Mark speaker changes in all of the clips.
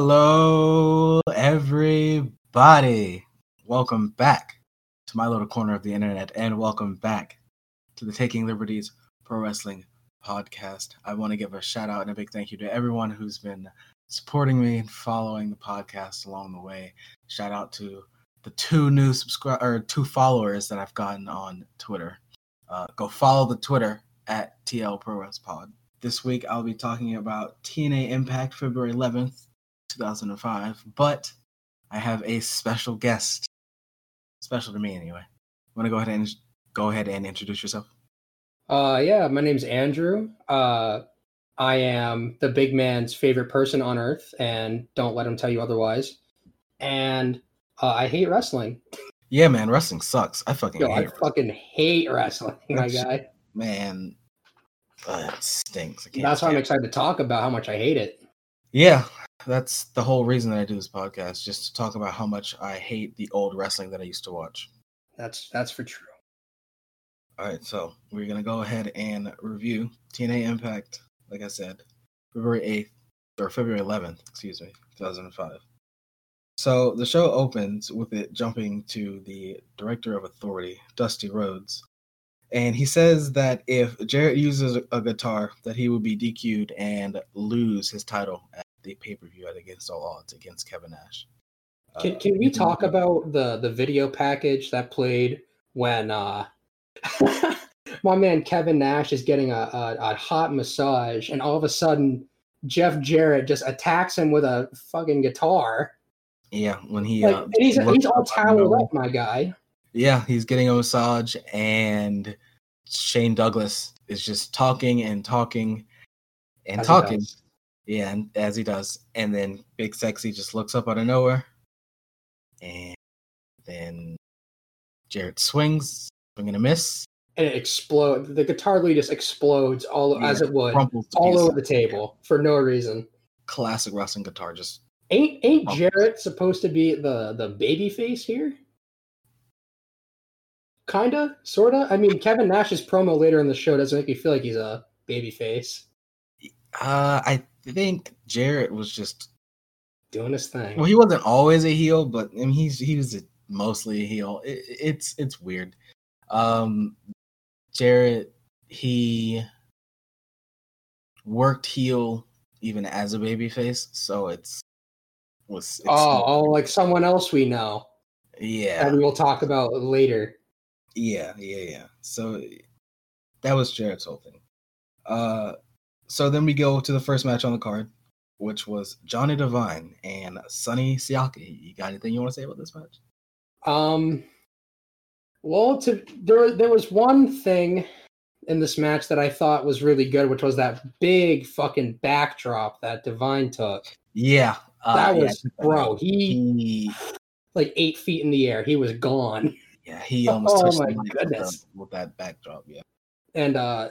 Speaker 1: Hello, everybody. Welcome back to my little corner of the internet, and welcome back to the Taking Liberties Pro Wrestling Podcast. I want to give a shout out and a big thank you to everyone who's been supporting me and following the podcast along the way. Shout out to the two new subscribe or two followers that I've gotten on Twitter. Uh, go follow the Twitter at TL Pro Wrestling Pod. This week I'll be talking about TNA Impact February 11th, 2005, but I have a special guest. Special to me, anyway. Want to go ahead and go ahead and introduce yourself?
Speaker 2: Uh, yeah, my name's Andrew. Uh, I am the big man's favorite person on earth, and don't let him tell you otherwise. And uh, I hate wrestling.
Speaker 1: Yeah, man, wrestling sucks. I fucking
Speaker 2: Yo,
Speaker 1: hate
Speaker 2: I
Speaker 1: it.
Speaker 2: fucking hate wrestling, my guy.
Speaker 1: man. Ugh, it stinks. I can't
Speaker 2: That's why I'm
Speaker 1: stand it.
Speaker 2: excited to talk about how much I hate it.
Speaker 1: Yeah, that's the whole reason that I do this podcast, just to talk about how much I hate the old wrestling that I used to watch.
Speaker 2: That's that's for true.
Speaker 1: All right, so we're gonna go ahead and review TNA Impact. Like I said, February eighth or February eleventh, excuse me, two thousand and five. So the show opens with it jumping to the director of authority, Dusty Rhodes, and he says that if Jarrett uses a guitar, that he will be DQ'd and lose his title at the pay per view at Against All Odds against Kevin Nash.
Speaker 2: Can,
Speaker 1: Uh,
Speaker 2: can we talk about the the video package that played when uh my man Kevin Nash is getting a, a, a hot massage and all of a sudden Jeff Jarrett just attacks him with a fucking guitar.
Speaker 1: Yeah, when he
Speaker 2: Like,
Speaker 1: uh,
Speaker 2: and he's,
Speaker 1: looked
Speaker 2: he's all
Speaker 1: up out of
Speaker 2: toweled
Speaker 1: nowhere.
Speaker 2: up, my guy.
Speaker 1: Yeah, he's getting a massage, and Shane Douglas is just talking and talking and
Speaker 2: As he
Speaker 1: talking.
Speaker 2: does.
Speaker 1: Yeah, and as he does. And then Big Sexy just looks up out of nowhere. And then Jarrett swings, swing and a miss,
Speaker 2: And it explodes. The guitar lead just explodes all
Speaker 1: Yeah,
Speaker 2: as it would
Speaker 1: crumples to
Speaker 2: all
Speaker 1: pieces.
Speaker 2: over the table for no reason.
Speaker 1: Classic wrestling guitar. Just
Speaker 2: Ain't ain't
Speaker 1: Oh.
Speaker 2: Jarrett supposed to be the the baby face here? Kinda, sorta. I mean, Kevin Nash's promo later in the show doesn't make me feel like he's a baby face
Speaker 1: uh, I think Jarrett was just
Speaker 2: doing his thing.
Speaker 1: Well, he wasn't always a heel, but I mean, he's he was a, mostly a heel. It, it's it's weird. Um, Jarrett he worked heel even as a babyface, so it's was it's,
Speaker 2: oh, oh, like someone else we know that
Speaker 1: yeah
Speaker 2: we will talk about later.
Speaker 1: yeah yeah yeah. So that was Jarrett's whole thing. Uh, so then we go to the first match on the card, which was Johnny Devine and Sonny Siaki. You got anything you want to say about this match?
Speaker 2: Um, well, to there, there was one thing in this match that I thought was really good, which was that big fucking backdrop that Divine took.
Speaker 1: Yeah. uh,
Speaker 2: That
Speaker 1: yeah, I
Speaker 2: was
Speaker 1: took that
Speaker 2: bro. He
Speaker 1: he
Speaker 2: like eight feet in the air. He was gone.
Speaker 1: yeah he
Speaker 2: Oh
Speaker 1: almost touched the
Speaker 2: my
Speaker 1: mic with
Speaker 2: goodness.
Speaker 1: that- with that backdrop yeah
Speaker 2: And uh,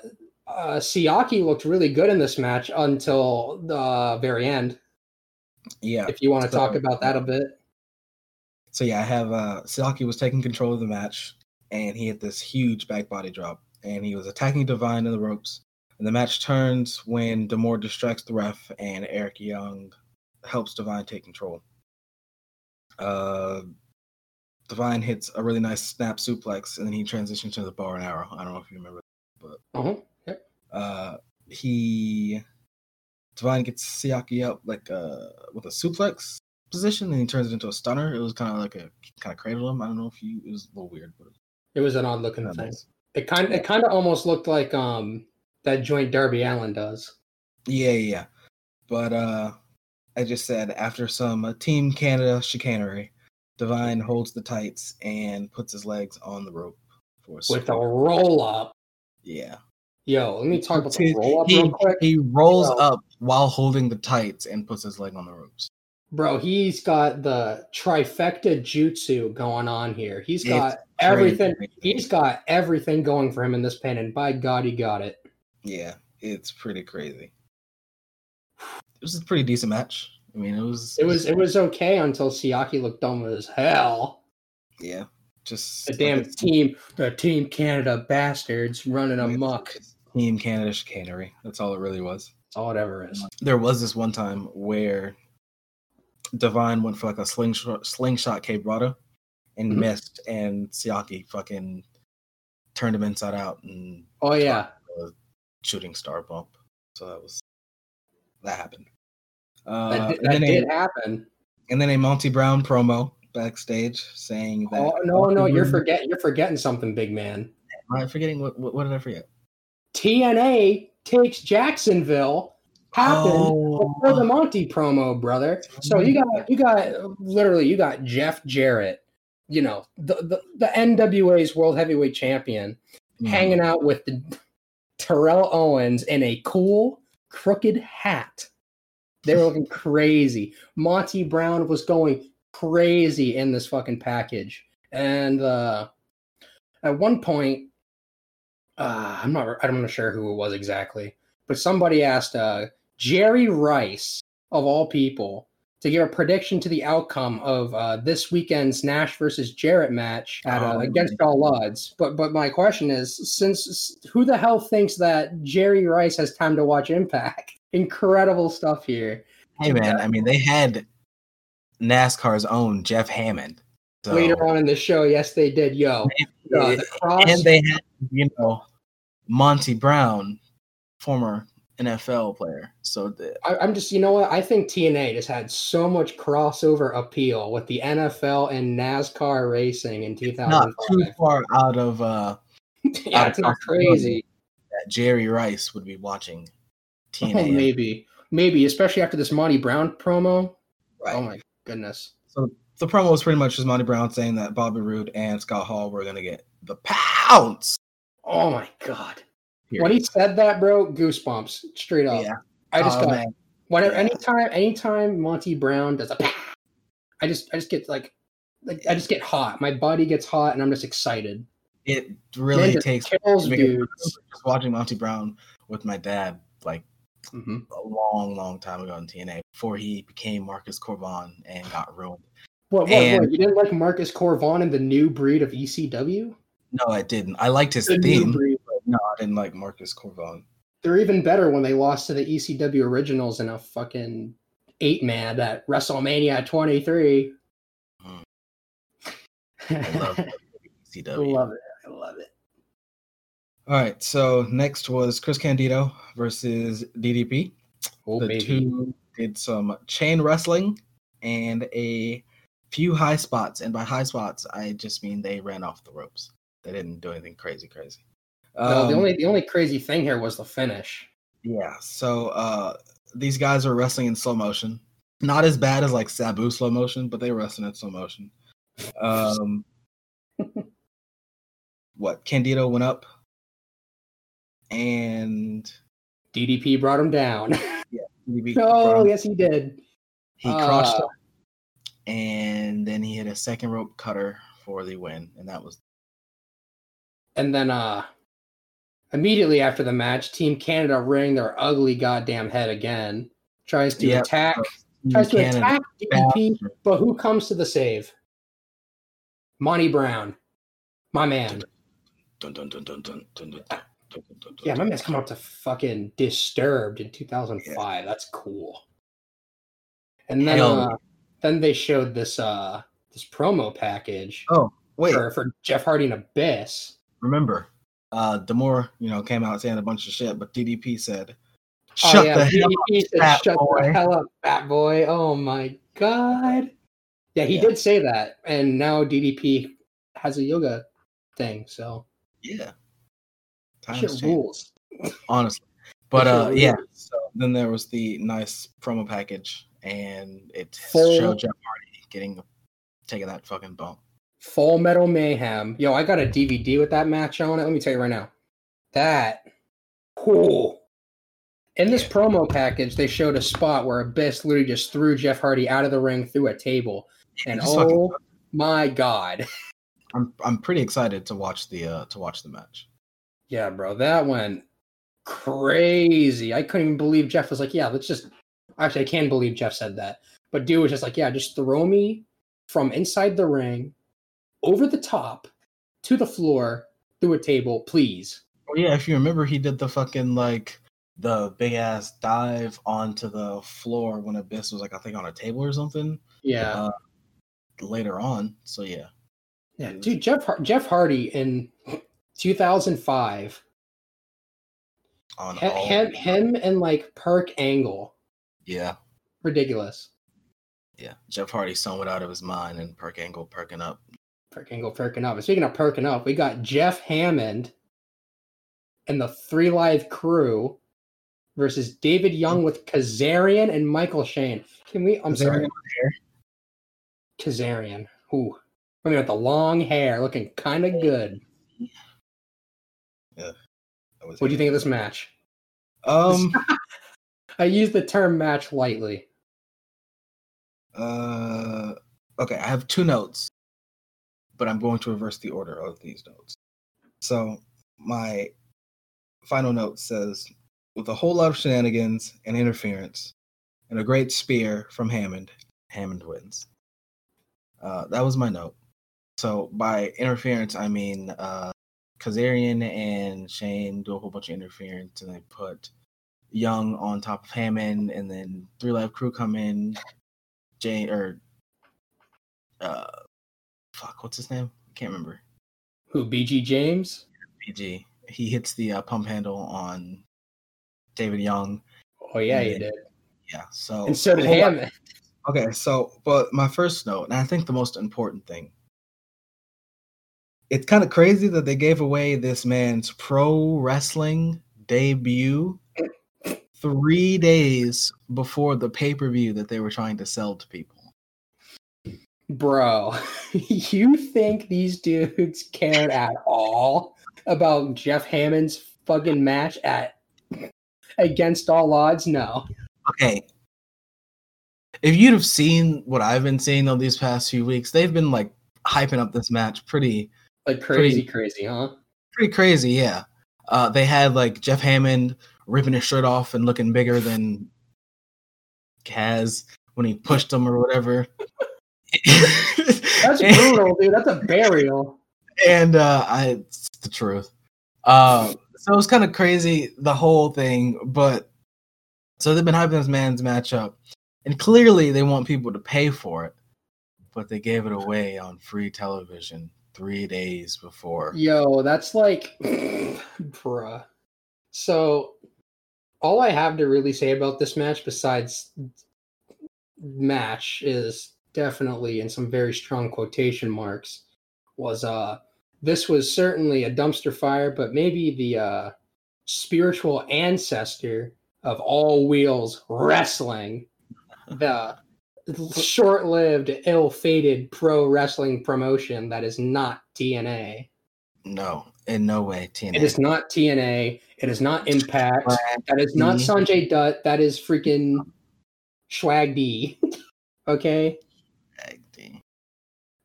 Speaker 2: uh, Siaki looked really good in this match until the very end.
Speaker 1: yeah
Speaker 2: If you want to
Speaker 1: So-
Speaker 2: talk about that a bit,
Speaker 1: so yeah i have uh silaki was taking control of the match and he hit this huge back body drop and he was attacking divine in the ropes and the match turns when demore distracts the ref and eric young helps divine take control uh divine hits a really nice snap suplex and then he transitions to the bar and arrow i don't know if you remember
Speaker 2: uh-huh.
Speaker 1: uh he divine gets siaki up like uh with a suplex position and he turns it into a stunner it was kind of like a kind of cradle him i don't know if you it was a little weird but it
Speaker 2: it was an odd looking
Speaker 1: was kinda
Speaker 2: thing.
Speaker 1: nice.
Speaker 2: It kind it kind of almost looked like um that joint Darby Allen does.
Speaker 1: yeah yeah yeah. but uh i just said after some uh, team canada chicanery divine holds the tights and puts his legs on the rope for a
Speaker 2: with a
Speaker 1: suplex.
Speaker 2: roll up.
Speaker 1: yeah
Speaker 2: Yo, let me talk about the
Speaker 1: He-
Speaker 2: roll up
Speaker 1: he,
Speaker 2: real quick.
Speaker 1: he rolls
Speaker 2: Yo.
Speaker 1: up while holding the tights and puts his leg on the ropes
Speaker 2: Bro, he's got the trifecta jutsu going on here. He's
Speaker 1: It's
Speaker 2: got everything. He's got everything going for him in this pin, and by God, he got it.
Speaker 1: Yeah, it's pretty crazy. It was a pretty decent match. I mean, it was.
Speaker 2: It was it was okay until Siaki looked dumb as hell.
Speaker 1: Yeah, just
Speaker 2: The
Speaker 1: like
Speaker 2: damn
Speaker 1: it's
Speaker 2: team, the team Canada bastards running amok. That's
Speaker 1: Team Canada chicanery. That's all it really was.
Speaker 2: all it ever is.
Speaker 1: There was this one time where Divine went for like a slingshot, slingshot Quebrada and
Speaker 2: Mhm.
Speaker 1: missed, and Siaki fucking turned him inside out and
Speaker 2: Oh yeah,
Speaker 1: shooting star bump. So that was that happened.
Speaker 2: that,
Speaker 1: Uh,
Speaker 2: did,
Speaker 1: and,
Speaker 2: that
Speaker 1: then
Speaker 2: did
Speaker 1: a,
Speaker 2: happen.
Speaker 1: and then a Monty Brown promo backstage saying that.
Speaker 2: Oh no, no, you're forgetting you're forgetting something, big man.
Speaker 1: Am I forgetting what, what? What did I forget?
Speaker 2: TNA takes Jacksonville happened
Speaker 1: Oh.
Speaker 2: before the Monty promo, brother. So you got you got literally you got Jeff Jarrett, you know, the the, the NWA's world heavyweight champion,
Speaker 1: Mhm.
Speaker 2: hanging out with the Terrell Owens in a cool crooked hat. They were looking crazy. Monty Brown was going crazy in this fucking package. And uh, at one point, uh, I'm not I'm not sure who it was exactly, but somebody asked uh, Jerry Rice of all people to give a prediction to the outcome of uh, this weekend's Nash versus Jarrett match at, uh,
Speaker 1: Oh,
Speaker 2: against all odds. But but my question is, since who the hell thinks that Jerry Rice has time to watch Impact? Incredible stuff here.
Speaker 1: Hey man, I mean they had NASCAR's own Jeff Hammond. So,
Speaker 2: Later on in the show, yes, they did. Yo, uh, the cross.
Speaker 1: and they had you know Monty Brown, former NFL player. So the,
Speaker 2: I, I'm just, you know what? I think TNA just had so much crossover appeal with the NFL and NASCAR racing in
Speaker 1: not
Speaker 2: 2005.
Speaker 1: too far out of uh,
Speaker 2: yeah, it's not crazy.
Speaker 1: that Jerry Rice would be watching TNA.
Speaker 2: Oh, maybe, maybe, especially after this Monty Brown promo.
Speaker 1: Right.
Speaker 2: Oh my goodness.
Speaker 1: the promo was pretty much just Monty Brown saying that Bobby Roode and Scott Hall were gonna get the pounds.
Speaker 2: Oh my god.
Speaker 1: Period.
Speaker 2: When he said that, bro, goosebumps straight up.
Speaker 1: Yeah.
Speaker 2: I just
Speaker 1: Oh,
Speaker 2: got
Speaker 1: man.
Speaker 2: whenever
Speaker 1: Yeah.
Speaker 2: anytime anytime Monty Brown does a I just I just get like like I just get hot. My body gets hot and I'm just excited.
Speaker 1: It
Speaker 2: Man
Speaker 1: really
Speaker 2: just
Speaker 1: takes
Speaker 2: kills
Speaker 1: making-
Speaker 2: dudes.
Speaker 1: just watching Monty Brown with my dad like
Speaker 2: Mhm.
Speaker 1: a long, long time ago in TNA before he became Marcus Corban and got ruined.
Speaker 2: What, what, what?
Speaker 1: And-
Speaker 2: You didn't like Marcus Corvon and the new breed of E ECW?
Speaker 1: No, I didn't. I liked his
Speaker 2: The new
Speaker 1: theme.
Speaker 2: breed.
Speaker 1: No, I didn't like Marcus Corban.
Speaker 2: They're even better when they lost to the ECW originals in a fucking eight man at WrestleMania 23.
Speaker 1: Mm. I love E
Speaker 2: I
Speaker 1: CW.
Speaker 2: love it. I love it.
Speaker 1: All right, so next was Chris Candido versus DDP.
Speaker 2: Oh,
Speaker 1: The
Speaker 2: baby.
Speaker 1: two did some chain wrestling and a few high spots. And by high spots, I just mean they ran off the ropes. They didn't do anything crazy, crazy.
Speaker 2: No, Oh, the
Speaker 1: Um,
Speaker 2: only the only crazy thing here was the finish.
Speaker 1: Yeah. So uh these guys are wrestling in slow motion. Not as bad as like Sabu slow motion, but they were wrestling in slow motion. Um what Candido went up and
Speaker 2: DDP brought him down.
Speaker 1: he beat
Speaker 2: oh,
Speaker 1: Brown.
Speaker 2: yes, he did.
Speaker 1: he crossed
Speaker 2: uh,
Speaker 1: up and then he hit a second rope cutter for the win. And that was
Speaker 2: And then uh immediately after the match, Team Canada rang their ugly goddamn head again. Tries to
Speaker 1: Yep.
Speaker 2: attack tries to
Speaker 1: Cannon
Speaker 2: attack
Speaker 1: back.
Speaker 2: DDP, but who comes to the save? Monty Brown. My man.
Speaker 1: Dun, dun, dun, dun, dun, dun, dun, dun, dun, dun,
Speaker 2: Yeah, my
Speaker 1: dun.
Speaker 2: man's coming up to fucking disturbed in 2005. That's cool. And then
Speaker 1: Hell.
Speaker 2: uh, then they showed this uh this promo package
Speaker 1: Oh, wait.
Speaker 2: for, for Jeff Hardy and Abyss.
Speaker 1: remember, uh, Demore, you know, came out saying a bunch of shit, but DDP said,
Speaker 2: Oh,
Speaker 1: "Shut
Speaker 2: yeah,
Speaker 1: the
Speaker 2: he-
Speaker 1: hell up,
Speaker 2: he said,
Speaker 1: fat
Speaker 2: "Shut the
Speaker 1: boy."
Speaker 2: hell up, fat boy." Oh my god. Yeah, he
Speaker 1: Yeah.
Speaker 2: did say that, and now DDP has a yoga thing, so
Speaker 1: yeah."
Speaker 2: shit
Speaker 1: Times change,
Speaker 2: rules.
Speaker 1: honestly. But
Speaker 2: shit
Speaker 1: uh, yeah.
Speaker 2: rules.
Speaker 1: So then there was the nice promo package, and it
Speaker 2: Full-
Speaker 1: showed Jeff Hardy getting taking that fucking bump.
Speaker 2: Full Metal Mayhem. Yo, I got a DVD with that match on it. Let me tell you right now, that cool. In this
Speaker 1: Yeah.
Speaker 2: promo package, they showed a spot where Abyss literally just threw Jeff Hardy out of the ring through a table,
Speaker 1: It
Speaker 2: and
Speaker 1: just fucking-
Speaker 2: oh my god.
Speaker 1: I'm I'm pretty excited to watch the uh to watch the match.
Speaker 2: Yeah, bro, that went crazy. I couldn't even believe Jeff was like, "Yeah, let's just." Actually, I can believe Jeff said that, but dude was just like, "Yeah, just throw me from inside the ring, over the top, to the floor, through a table, please."
Speaker 1: Oh yeah, if you remember, he did the fucking like the big ass dive onto the floor when Abyss was like I think on a table or something
Speaker 2: Yeah.
Speaker 1: uh, later on. So yeah,
Speaker 2: Yeah, dude, Jeff Har- Jeff Hardy in 2005,
Speaker 1: on
Speaker 2: he-
Speaker 1: all
Speaker 2: him, him and like Perk Angle,
Speaker 1: yeah
Speaker 2: ridiculous.
Speaker 1: yeah Jeff Hardy somewhat out of his mind and Perk Angle perking up.
Speaker 2: Perk Angle perking up. And Speaking of perking up, we got Jeff Hammond and the Three Live Crew versus David Young with Kazarian and Michael Shane. Can we? I'm sorry, Kazarian. Who? I mean, with the long hair, looking kind of good. What do you think of this match?
Speaker 1: Um.
Speaker 2: I use the term match lightly.
Speaker 1: Uh, okay, I have two notes, but I'm going to reverse the order of these notes. So my final note says, with a whole lot of shenanigans and interference, and a great spear from Hammond, Hammond wins. Uh, that was my note. So by interference, I mean uh, Kazarian and Shane do a whole bunch of interference, and they put Young on top of Hammond, and then Three Live Crew come in, Jane or uh fuck, what's his name? I can't remember.
Speaker 2: Who? BG James.
Speaker 1: PG. He hits the uh, pump handle on David Young.
Speaker 2: Oh yeah,
Speaker 1: And
Speaker 2: you
Speaker 1: then-
Speaker 2: did.
Speaker 1: Yeah. So
Speaker 2: And so did
Speaker 1: Hold on.
Speaker 2: Hammond.
Speaker 1: Okay, so but my first note, and I think the most important thing. It's kind of crazy that they gave away this man's pro wrestling debut three days before the pay per view that they were trying to sell to people.
Speaker 2: Bro, you think these dudes cared at all about Jeff Hammond's fucking match at against all odds? No.
Speaker 1: okay. If you'd have seen what I've been seeing though these past few weeks, they've been like hyping up this match pretty
Speaker 2: Like crazy, crazy, huh?
Speaker 1: pretty crazy, yeah. Uh, they had like Jeff Hammond ripping his shirt off and looking bigger than Kaz when he pushed him or whatever.
Speaker 2: That's brutal, dude. That's a burial.
Speaker 1: and uh, I, it's the truth. Uh, so it was kind of crazy the whole thing, but so they've been hyping this man's matchup, and clearly they want people to pay for it, but they gave it away on free television three days before.
Speaker 2: Yo, that's like, bruh. So, all I have to really say about this match, besides match, is definitely in some very strong quotation marks. Was uh, this was certainly a dumpster fire, but maybe the uh, spiritual ancestor of all wheels wrestling, the short-lived, ill-fated pro wrestling promotion that is not TNA.
Speaker 1: No, in no way, TNA.
Speaker 2: It is not TNA. It is not Impact. That is not
Speaker 1: Mhm.
Speaker 2: Sanjay Dutt. That is freaking Schwag D. okay?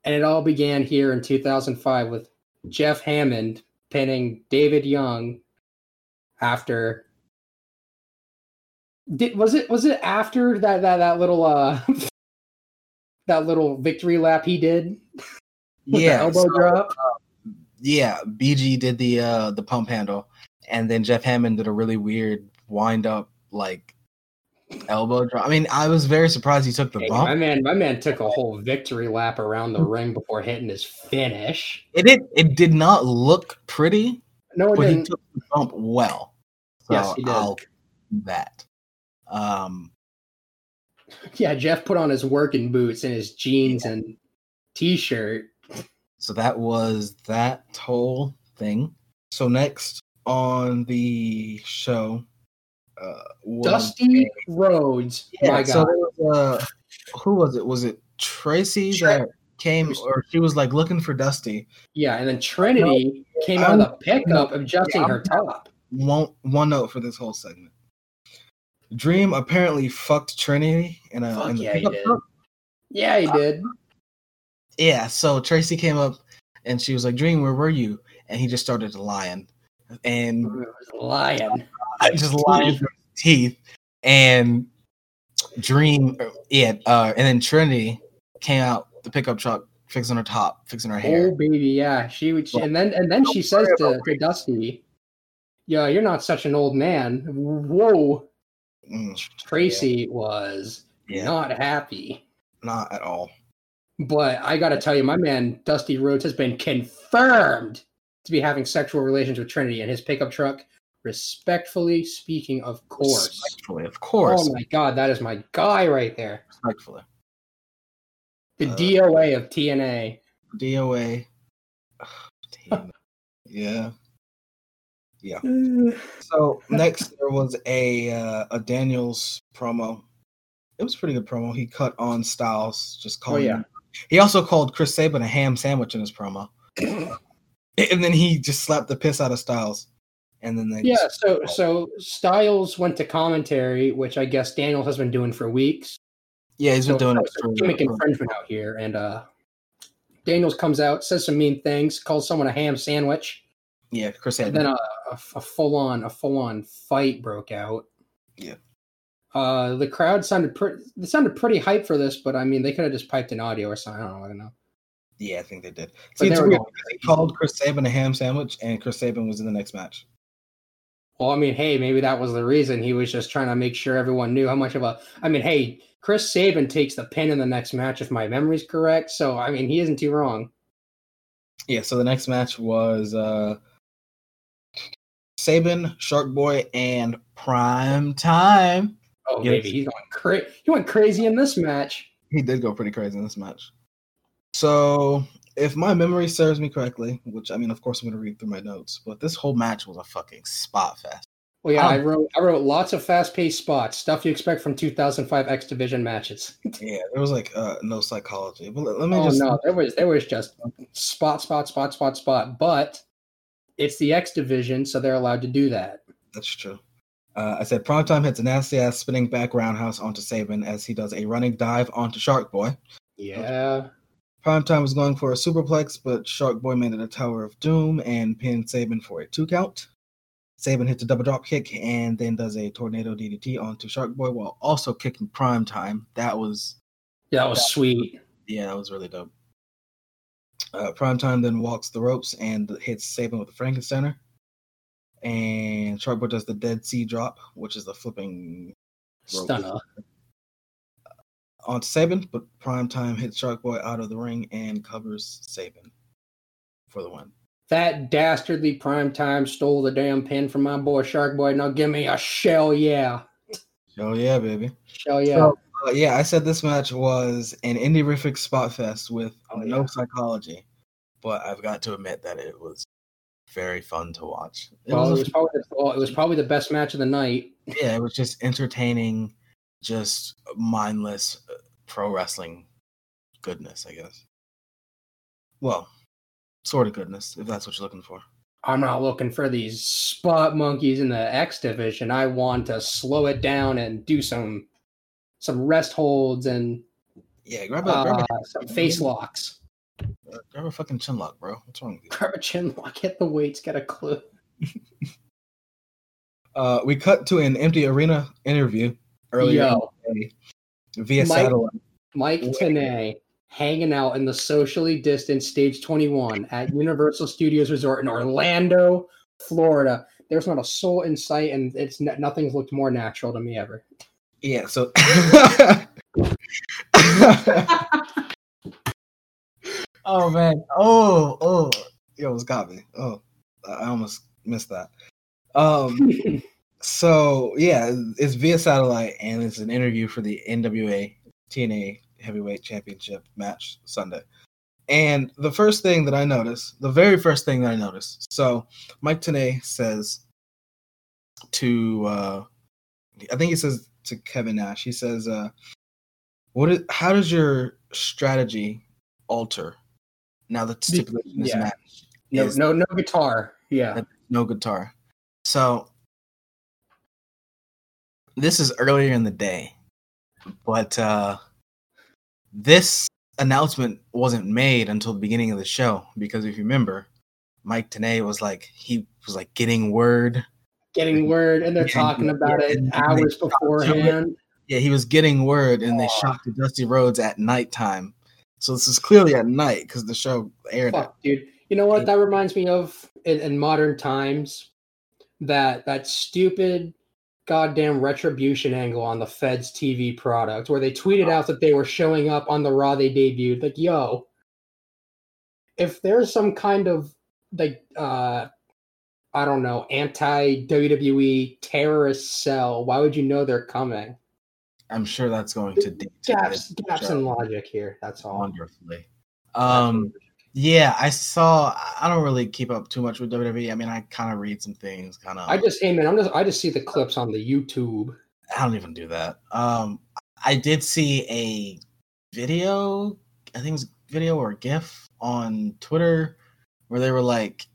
Speaker 2: And it all began here in 2005 with Jeff Hammond pinning David Young after. Did, was it was it after that that that little uh that little victory lap he did with the
Speaker 1: yeah,
Speaker 2: elbow
Speaker 1: so-
Speaker 2: drop?
Speaker 1: yeah. BG did the uh, the pump handle, and then Jeff Hammond did a really weird wind up like elbow drop. I mean, I was very surprised he took the
Speaker 2: Hey,
Speaker 1: bump.
Speaker 2: my man, my man took a whole victory lap around the ring before hitting his finish.
Speaker 1: It did. It did not look pretty,
Speaker 2: No, it
Speaker 1: but he
Speaker 2: didn't.
Speaker 1: took the bump well. So
Speaker 2: Yes, he did.
Speaker 1: I'll give that. Um,
Speaker 2: yeah, Jeff put on his working boots and his jeans and t-shirt.
Speaker 1: so that was that whole thing. So next on the show, uh, was,
Speaker 2: Dusty Rhodes.
Speaker 1: Yeah,
Speaker 2: my God.
Speaker 1: So there was, uh, who was it? Was it Tracy
Speaker 2: Tra-
Speaker 1: that came, or she was like looking for Dusty?
Speaker 2: yeah, and then Trinity came out of the pickup adjusting
Speaker 1: Yeah,
Speaker 2: her top.
Speaker 1: one one note for this whole segment. Dream apparently fucked Trinity in a
Speaker 2: Fuck
Speaker 1: in the
Speaker 2: yeah, he
Speaker 1: pickup
Speaker 2: did.
Speaker 1: truck.
Speaker 2: Yeah, he did.
Speaker 1: Yeah, so Tracy came up and she was like, Dream, where were you? And he just started lying.
Speaker 2: He
Speaker 1: And
Speaker 2: was lying.
Speaker 1: I just lying through his teeth. And Dream, yeah, uh, and then Trinity came out the pickup truck, fixing her top, fixing her hair.
Speaker 2: Oh baby, yeah. She would and then and then she says to, to Dusty, yo, you're not such an old man. Whoa. Oh,
Speaker 1: Mm,
Speaker 2: Tracy was
Speaker 1: yeah,
Speaker 2: not happy.
Speaker 1: not at all.
Speaker 2: But I got to tell you, my man Dusty Rhodes has been confirmed to be having sexual relations with Trinity in his pickup truck. Respectfully speaking, of course.
Speaker 1: Respectfully, of course.
Speaker 2: Oh my God, that is my guy right there.
Speaker 1: Respectfully.
Speaker 2: The
Speaker 1: Uh,
Speaker 2: DOA of TNA.
Speaker 1: DOA. Ugh, damn. yeah. So next there was a uh, a Daniels promo. It was a pretty good promo. He cut on Styles, just calling.
Speaker 2: Oh, yeah.
Speaker 1: him- He also called Chris Sabin a ham sandwich in his promo, and then he just slapped the piss out of Styles, and then they
Speaker 2: Yeah,
Speaker 1: just-
Speaker 2: so so Styles went to commentary, which I guess Daniel has been doing for weeks.
Speaker 1: yeah, he's been
Speaker 2: So
Speaker 1: doing it
Speaker 2: it's a
Speaker 1: for,
Speaker 2: gimmick
Speaker 1: for-
Speaker 2: infringement out here, and uh, Daniels comes out, says some mean things, calls someone a ham sandwich,
Speaker 1: yeah, Chris
Speaker 2: and
Speaker 1: Sabin.
Speaker 2: then uh, a, a, a full on a full on fight broke out.
Speaker 1: Yeah.
Speaker 2: Uh, the crowd sounded pretty. They sounded pretty hype for this, but I mean, they could have just piped in audio or something. I don't know. I don't know.
Speaker 1: yeah, I think they did.
Speaker 2: But
Speaker 1: See,
Speaker 2: they
Speaker 1: it's
Speaker 2: were
Speaker 1: weird.
Speaker 2: going
Speaker 1: They called Chris Sabin a ham sandwich, and Chris Sabin was in the next match.
Speaker 2: Well, I mean, hey, maybe that was the reason he was just trying to make sure everyone knew how much of a. I mean, hey, Chris Sabin takes the pin in the next match if my memory's correct. So I mean, he isn't too wrong.
Speaker 1: Yeah, so the next match was uh Sabin, Shark Boy, and Prime Time.
Speaker 2: Oh,
Speaker 1: Yes.
Speaker 2: maybe he's going crazy. He went crazy in this match.
Speaker 1: He did go pretty crazy in this match. So, if my memory serves me correctly, which I mean, of course, I'm going to read through my notes, but this whole match was a fucking spot fest.
Speaker 2: Well, yeah, I
Speaker 1: Oh.
Speaker 2: wrote I wrote lots of fast paced spots, stuff you expect from 2005 X Division matches.
Speaker 1: Yeah, there was like uh, no psychology. But let, let me
Speaker 2: Oh
Speaker 1: just.
Speaker 2: no, there was there was just spot, spot, spot, spot, spot. But it's the X Division, so they're allowed to do that.
Speaker 1: That's true. Uh, I said Primetime hits a nasty ass spinning back roundhouse onto Saban as he does a running dive onto Shark Boy.
Speaker 2: Yeah.
Speaker 1: Primetime was going for a superplex, but Shark Boy made it a Tower of Doom and pinned Saban for a two count. Saban hits a double drop kick and then does a tornado DDT onto Shark Boy while also kicking Primetime. That was
Speaker 2: Yeah, that was sweet.
Speaker 1: yeah, that was really dope. Uh, Primetime then walks the ropes and hits Saban with a Frankensteiner. And Shark Boy does the Dead Sea drop, which is the flipping rope
Speaker 2: Stunner.
Speaker 1: onto Saban, but Primetime hits Shark Boy out of the ring and covers Saban for the win.
Speaker 2: That dastardly primetime stole the damn pin from my boy Shark Boy. Now give me a shell yeah.
Speaker 1: Oh yeah, baby.
Speaker 2: Shell yeah.
Speaker 1: So- Uh, yeah, I said this match was an indie-rific spot fest with
Speaker 2: Oh,
Speaker 1: no
Speaker 2: yeah.
Speaker 1: psychology, but I've got to admit that it was very fun to watch. It
Speaker 2: well,
Speaker 1: was,
Speaker 2: it was, probably the, well, it was probably the best match of the night.
Speaker 1: yeah, it was just entertaining, just mindless uh, pro wrestling goodness, I guess. Well, sort of goodness, if that's what you're looking for.
Speaker 2: I'm not looking for these spot monkeys in the X division. I want to slow it down and do some some rest holds and
Speaker 1: Yeah, grab a grab,
Speaker 2: uh,
Speaker 1: a, uh,
Speaker 2: some face locks.
Speaker 1: grab a fucking chin lock, bro. What's wrong with you?
Speaker 2: Grab a chin lock, hit the weights, get a clue.
Speaker 1: Uh, we cut to an empty arena interview earlier
Speaker 2: Yo,
Speaker 1: in the day via
Speaker 2: Mike-
Speaker 1: satellite.
Speaker 2: Mike
Speaker 1: Wait.
Speaker 2: Tanay hanging out in the socially distanced stage 21 at Universal Studios Resort in Orlando, Florida. There's not a soul in sight, and it's n- nothing's looked more natural to me ever.
Speaker 1: Yeah, so Oh man. Oh, oh. Yo, it's got me. Oh, I I almost missed that. Um so yeah, it's via satellite and it's an interview for the NWA TNA Heavyweight Championship match Sunday. And the first thing that I noticed, the very first thing that I noticed, so Mike Tanay says to uh I think he says to Kevin Nash, he says, uh, "What? Is, how does your strategy alter now that the
Speaker 2: Be-
Speaker 1: stipulation is
Speaker 2: yeah.
Speaker 1: match
Speaker 2: no,
Speaker 1: is
Speaker 2: no, no guitar. Yeah.
Speaker 1: no guitar?" So this is earlier in the day, but uh, this announcement wasn't made until the beginning of the show because if you remember, Mike Tanay was like he was like getting word
Speaker 2: Getting word, and they're
Speaker 1: Yeah,
Speaker 2: talking
Speaker 1: yeah,
Speaker 2: about it
Speaker 1: and- and they
Speaker 2: hours
Speaker 1: talk to it.
Speaker 2: beforehand.
Speaker 1: Yeah, he was getting word, and they
Speaker 2: Aw.
Speaker 1: shocked the Dusty Roads at nighttime. So this is clearly at night because the show aired. at
Speaker 2: Fuck, dude. You know what? That reminds me of in, in modern times that that stupid goddamn retribution angle on the Fed's TV product where they tweeted out that they were showing up on the Raw they debuted. Like, yo, if there's some kind of like uh I don't know, anti WWE terrorist cell, why would you know they're coming?
Speaker 1: I'm sure that's going to date
Speaker 2: Gaps
Speaker 1: this
Speaker 2: gaps
Speaker 1: show
Speaker 2: in logic here. That's all.
Speaker 1: wonderfully. Um, yeah, I saw. I don't really keep up too much with WWE. I mean, I kind of read some things, kind of.
Speaker 2: I just hey man, I'm just I just see the clips on the YouTube.
Speaker 1: I don't even do that. Um, I did see a video. I think it was a video or a GIF on Twitter where they were like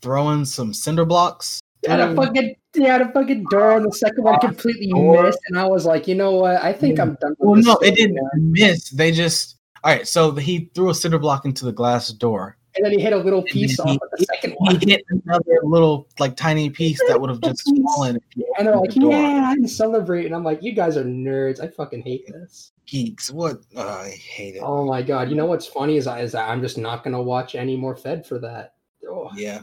Speaker 1: throwing some cinder blocks.
Speaker 2: They had a
Speaker 1: through.
Speaker 2: fucking they had a fucking door on the second one completely
Speaker 1: Door.
Speaker 2: missed, and I was like, you know what? I think I'm done.
Speaker 1: Well,
Speaker 2: with
Speaker 1: no,
Speaker 2: this
Speaker 1: it didn't
Speaker 2: man."
Speaker 1: miss. They just all right. So he threw a cinder block into the glass door.
Speaker 2: And then he hit a little piece
Speaker 1: then
Speaker 2: off
Speaker 1: he-
Speaker 2: of the second
Speaker 1: He
Speaker 2: one,
Speaker 1: hit another little like tiny piece that would have just fallen. if he
Speaker 2: and they're
Speaker 1: opened
Speaker 2: like,
Speaker 1: the door.
Speaker 2: "Yeah, I'm celebrating." I'm like, "You guys are nerds. I fucking hate this."
Speaker 1: geeks. What oh, I hate it.
Speaker 2: Oh my god! You know what's funny is I is that I'm just not gonna watch any more Fed for that. Oh.
Speaker 1: Yeah,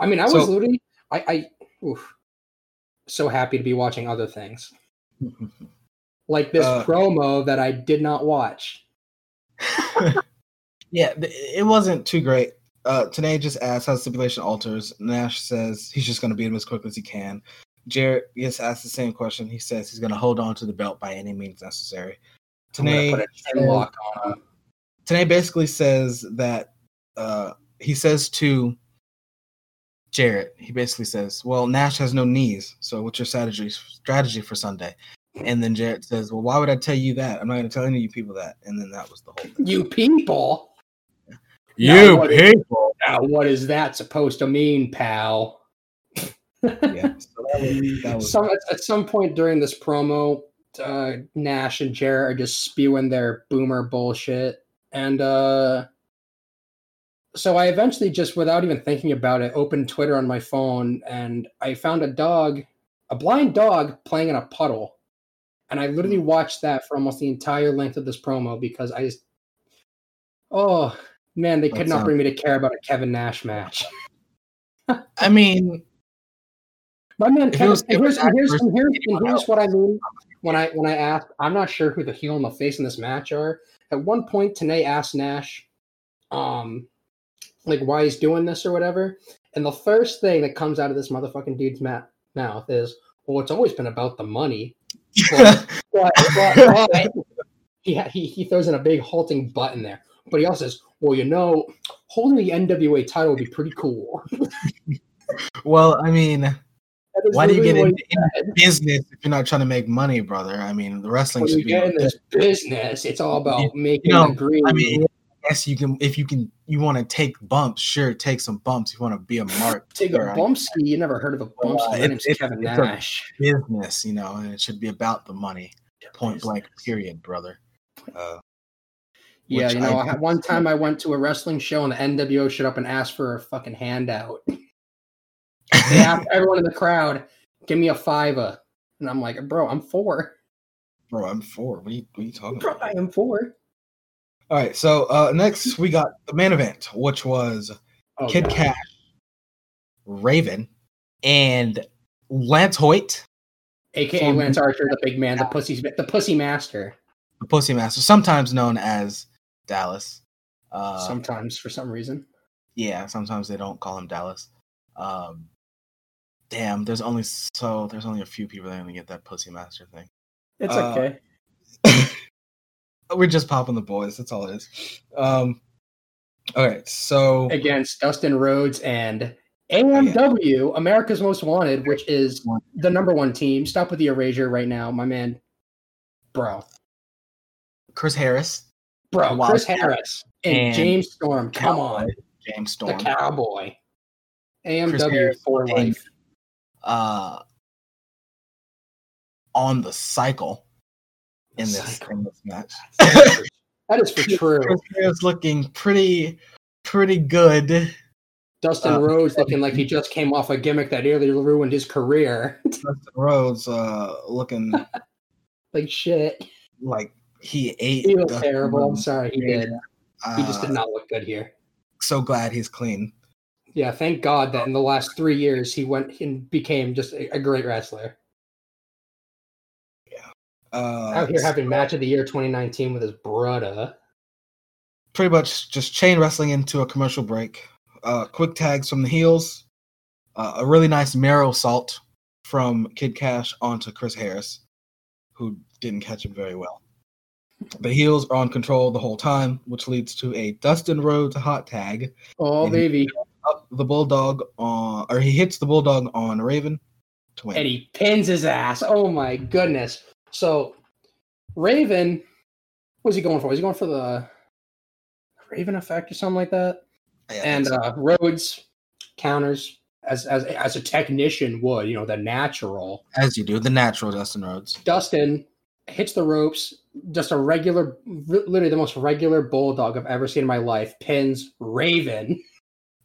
Speaker 2: I mean, I was
Speaker 1: So-
Speaker 2: literally I I oof, so happy to be watching other things like this
Speaker 1: Uh,
Speaker 2: promo that I did not watch.
Speaker 1: yeah. th- It wasn't too great. Uh, today just asks how the stipulation alters. Nash says he's just going to beat him as quick as he can. Jarrett gets asked the same question. He says he's going to hold on to the belt by any means necessary.
Speaker 2: I'm gonna
Speaker 1: Today,
Speaker 2: put a
Speaker 1: says-
Speaker 2: chin lock on him.
Speaker 1: Today basically says that uh, he says to Jarrett, he basically says, "Well, Nash has no knees, so what's your strategy strategy for Sunday?" And then Jarrett says, "Well, why would I tell you that? I'm not going to tell any of you people that." And then that was the whole thing.
Speaker 2: You people.
Speaker 1: You
Speaker 2: what is-
Speaker 1: people.
Speaker 2: Now, Uh, what is that supposed to mean, pal?
Speaker 1: yeah. So that was, that was
Speaker 2: Some, at, at some point during this promo, uh, Nash and Jarrett are just spewing their boomer bullshit. And uh, so I eventually just, without even thinking about it, opened Twitter on my phone and I found a dog, a blind dog, playing in a puddle. And I literally watched that for almost the entire length of this promo because I just, oh man, they
Speaker 1: That
Speaker 2: could not
Speaker 1: sounds-
Speaker 2: bring me to care about a Kevin Nash match.
Speaker 1: I mean,
Speaker 2: My man,
Speaker 1: If it
Speaker 2: Kevin,
Speaker 1: was
Speaker 2: and here's,
Speaker 1: Kevin
Speaker 2: and here's,
Speaker 1: Nash
Speaker 2: and here's,
Speaker 1: anyone
Speaker 2: and here's what I mean when I when I asked, I'm not sure who the heel and the face in this match are. At one point, Tanay asked Nash, um, like why he's doing this or whatever. And the first thing that comes out of this motherfucking dude's ma- mouth is, "Well, it's always been about the money." But, but, but he, ha- he he throws in a big halting button there. But he also says, "Well, you know, holding the NWA title would be pretty cool."
Speaker 1: well, I mean,
Speaker 2: That is
Speaker 1: why do you get
Speaker 2: literally what
Speaker 1: into
Speaker 2: he said.
Speaker 1: any business if you're not trying to make money, brother? I mean, the wrestling
Speaker 2: when you
Speaker 1: should be.
Speaker 2: get in this business, it's all about
Speaker 1: You-
Speaker 2: making
Speaker 1: know,
Speaker 2: the green.
Speaker 1: I mean, yes, you can if you can. You want to take bumps, sure, take some bumps. You want to be a mark,
Speaker 2: take a
Speaker 1: sure, I mean,
Speaker 2: bumpski. You never heard of a
Speaker 1: Well,
Speaker 2: bumpski?
Speaker 1: uh,
Speaker 2: My
Speaker 1: it-
Speaker 2: name's
Speaker 1: it-
Speaker 2: Kevin
Speaker 1: it's a-
Speaker 2: Nash.
Speaker 1: business, you know, and it should be about the money. Point blank, period, brother. Uh,
Speaker 2: Yeah,
Speaker 1: which
Speaker 2: you know,
Speaker 1: I-
Speaker 2: I- one time I went to a wrestling show and the NWO showed up and asked for a fucking handout. They asked everyone in the crowd, "Give me a fiver," and I'm like, "Bro, I'm four.
Speaker 1: bro, I'm four. What are you, what are you talking
Speaker 2: Bro,
Speaker 1: about?
Speaker 2: I am four.
Speaker 1: All right, so uh, next we got the main event, which was
Speaker 2: Oh,
Speaker 1: Kid
Speaker 2: God.
Speaker 1: Cash, Raven, and Lance Hoyt,
Speaker 2: aka
Speaker 1: Former-
Speaker 2: Lance Archer, the big man, the pussy, the pussy master.
Speaker 1: the Pussy Master, sometimes known as Dallas. Uh,
Speaker 2: sometimes, for some reason,
Speaker 1: yeah, sometimes they don't call him Dallas. Um, damn, there's only so there's only a few people that are gonna get that Pussy Master thing.
Speaker 2: it's
Speaker 1: uh,
Speaker 2: okay.
Speaker 1: We're just popping the boys. That's all it is. Um, all right, so
Speaker 2: against Dustin Rhodes and AMW, America's Most Wanted, which is the number one team. Stop with the erasure right now, my man. Bro,
Speaker 1: Chris Harris,
Speaker 2: bro,
Speaker 1: Wow.
Speaker 2: Chris Harris and,
Speaker 1: And
Speaker 2: James Storm. Come on,
Speaker 1: James
Speaker 2: the
Speaker 1: Storm,
Speaker 2: cowboy.
Speaker 1: Chris
Speaker 2: AMW
Speaker 1: Harris
Speaker 2: for
Speaker 1: and-
Speaker 2: life.
Speaker 1: uh, on the cycle in this,
Speaker 2: Cycle.
Speaker 1: in this match.
Speaker 2: that is for true.
Speaker 1: Chris Harris looking pretty, pretty good.
Speaker 2: Dustin
Speaker 1: Uh,
Speaker 2: Rhodes looking like he just came off a gimmick that nearly ruined his career.
Speaker 1: Dustin Rhodes uh, looking
Speaker 2: like shit,
Speaker 1: like he ate.
Speaker 2: he was
Speaker 1: Dustin
Speaker 2: terrible. I'm
Speaker 1: Rhodes.
Speaker 2: sorry, he did. He just
Speaker 1: Uh,
Speaker 2: did not look good here.
Speaker 1: So glad he's clean.
Speaker 2: Yeah, thank God that in the last three years he went and became just a, a great wrestler.
Speaker 1: Uh,
Speaker 2: Out Oh, here having match of the year 2019 with his brother.
Speaker 1: pretty much just chain wrestling into a commercial break. Uh, quick tags from the heels. Uh, a really nice marrow salt from Kid Cash onto Chris Harris, who didn't catch him very well. The heels are on control the whole time, which leads to a Dustin Rhodes hot tag
Speaker 2: Oh
Speaker 1: Mhm.
Speaker 2: baby,
Speaker 1: up the bulldog on, or he hits the bulldog on Raven to win.
Speaker 2: and he pins his ass. Oh my goodness. So Raven, what's he going for? Is he going for the Raven effect or something like that?
Speaker 1: Yeah,
Speaker 2: and
Speaker 1: so.
Speaker 2: uh, Rhodes counters as as as a technician would, you know, the natural.
Speaker 1: as you do, the natural Dustin Rhodes.
Speaker 2: Dustin hits the ropes, just a regular, literally the most regular bulldog I've ever seen in my life. Pins Raven,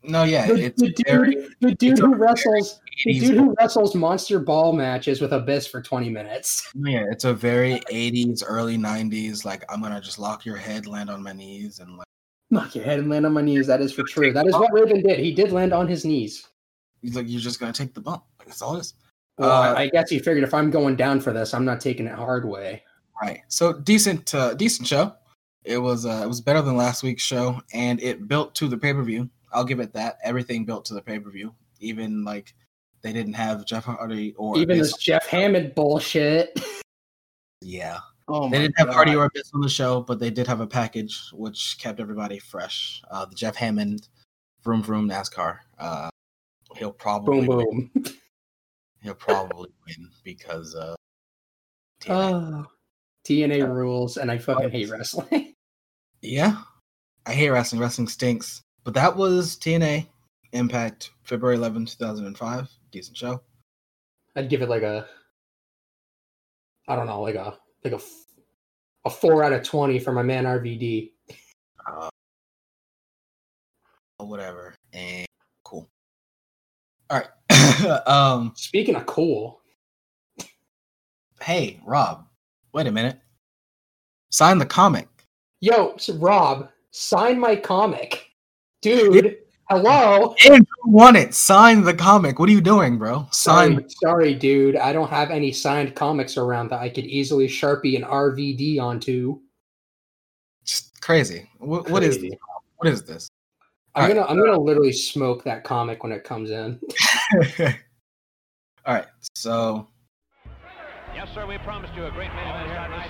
Speaker 1: No, yeah,
Speaker 2: the,
Speaker 1: it's
Speaker 2: the dude,
Speaker 1: very
Speaker 2: the dude
Speaker 1: it's a
Speaker 2: who
Speaker 1: very
Speaker 2: wrestles, the
Speaker 1: 80s
Speaker 2: dude who wrestles monster ball matches with Abyss for twenty minutes.
Speaker 1: Oh, Yeah, it's a very 80s, early 90s. Like, I'm going to just lock your head, land on my knees, and like,
Speaker 2: Knock your head and land on my knees. That is for true. That is what Raven did. He did land on his knees.
Speaker 1: he's like, you're just going to take the bump. Like, that's all it is.
Speaker 2: Well,
Speaker 1: Uh,
Speaker 2: I, I guess he figured if I'm going down for this, I'm not taking it hard way.
Speaker 1: Right. So, decent, uh, decent show. It was, uh, it was better than last week's show, and it built to the pay per view. I'll give it that. Everything built to the pay per view. Even like they didn't have Jeff Hardy or
Speaker 2: Even
Speaker 1: Miz-
Speaker 2: this Jeff Hammond bullshit.
Speaker 1: yeah,
Speaker 2: Oh
Speaker 1: they
Speaker 2: my
Speaker 1: didn't have Hardy
Speaker 2: God.
Speaker 1: or Miz on the show, but they did have a package which kept everybody fresh. Uh, the Jeff Hammond, vroom vroom NASCAR. Uh, he'll probably
Speaker 2: boom boom.
Speaker 1: He'll probably win because uh, TNA.
Speaker 2: Oh, TNA rules, and I fucking hate wrestling.
Speaker 1: yeah, I hate wrestling. Wrestling stinks. But that was TNA Impact February 11, 2005. Decent show.
Speaker 2: I'd give it like a, I don't know, like a like a f- a four out of twenty for my man RVD.
Speaker 1: Uh, whatever. And cool. All right. um,
Speaker 2: Speaking of cool,
Speaker 1: hey, Rob, wait a minute. Sign the comic.
Speaker 2: yo, so Rob, sign my comic, dude. Hello.
Speaker 1: Andrew won it. Sign the comic. What are you doing, bro? Sign.
Speaker 2: Sorry, sorry, dude. I don't have any signed comics around that I could easily sharpie an RVD onto.
Speaker 1: Just crazy. What, what is
Speaker 2: Crazy.
Speaker 1: this? What is this?
Speaker 2: I'm
Speaker 1: Alright,
Speaker 2: gonna I'm gonna literally smoke that comic when it comes in.
Speaker 1: All right. So
Speaker 3: Yes, sir, we promised you a great main event tonight.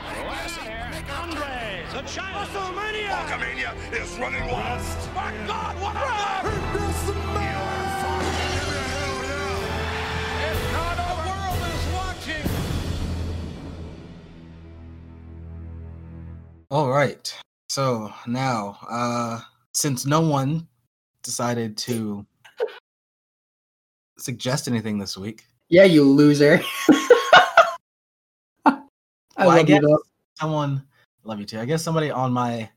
Speaker 4: Andres, the child. WrestleMania. is running wild. My God, what a match! It's not the world is watching.
Speaker 1: All right. So now, uh, since no one decided to suggest anything this week,
Speaker 2: Yeah, you loser. I
Speaker 1: Well, I
Speaker 2: love you
Speaker 1: guess-
Speaker 2: though.
Speaker 1: someone love you too. I guess somebody on my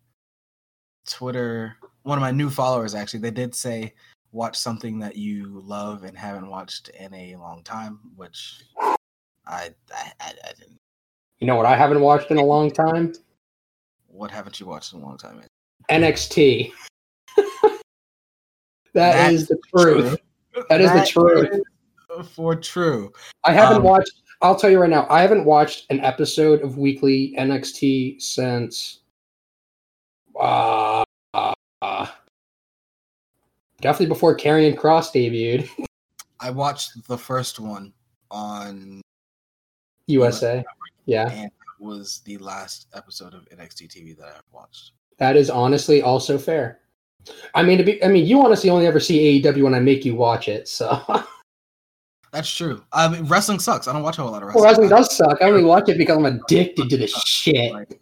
Speaker 1: Twitter, one of my new followers actually, they did say watch something that you love and haven't watched in a long time, which I I, I, I didn't.
Speaker 2: You know what I haven't watched in a long time?
Speaker 1: What haven't you watched in a long time?
Speaker 2: NXT.
Speaker 1: That
Speaker 2: that is the truth. That is the truth.
Speaker 1: is For true.
Speaker 2: I haven't
Speaker 1: Um,
Speaker 2: watched I'll tell you right now, I haven't watched an episode of weekly NXT since uh, uh, definitely before Karrion Cross debuted
Speaker 1: I watched the first one on
Speaker 2: USA. Yeah.
Speaker 1: was the last episode of NXT TV that I've watched.
Speaker 2: That is honestly also fair. I mean, to be, I mean, you honestly only ever see AEW when I make you watch it. So, well,
Speaker 1: That's true. I mean, wrestling sucks. I don't watch a whole lot of wrestling.
Speaker 2: wrestling
Speaker 1: I,
Speaker 2: does suck. I only watch it because I'm addicted to this shit.
Speaker 1: like,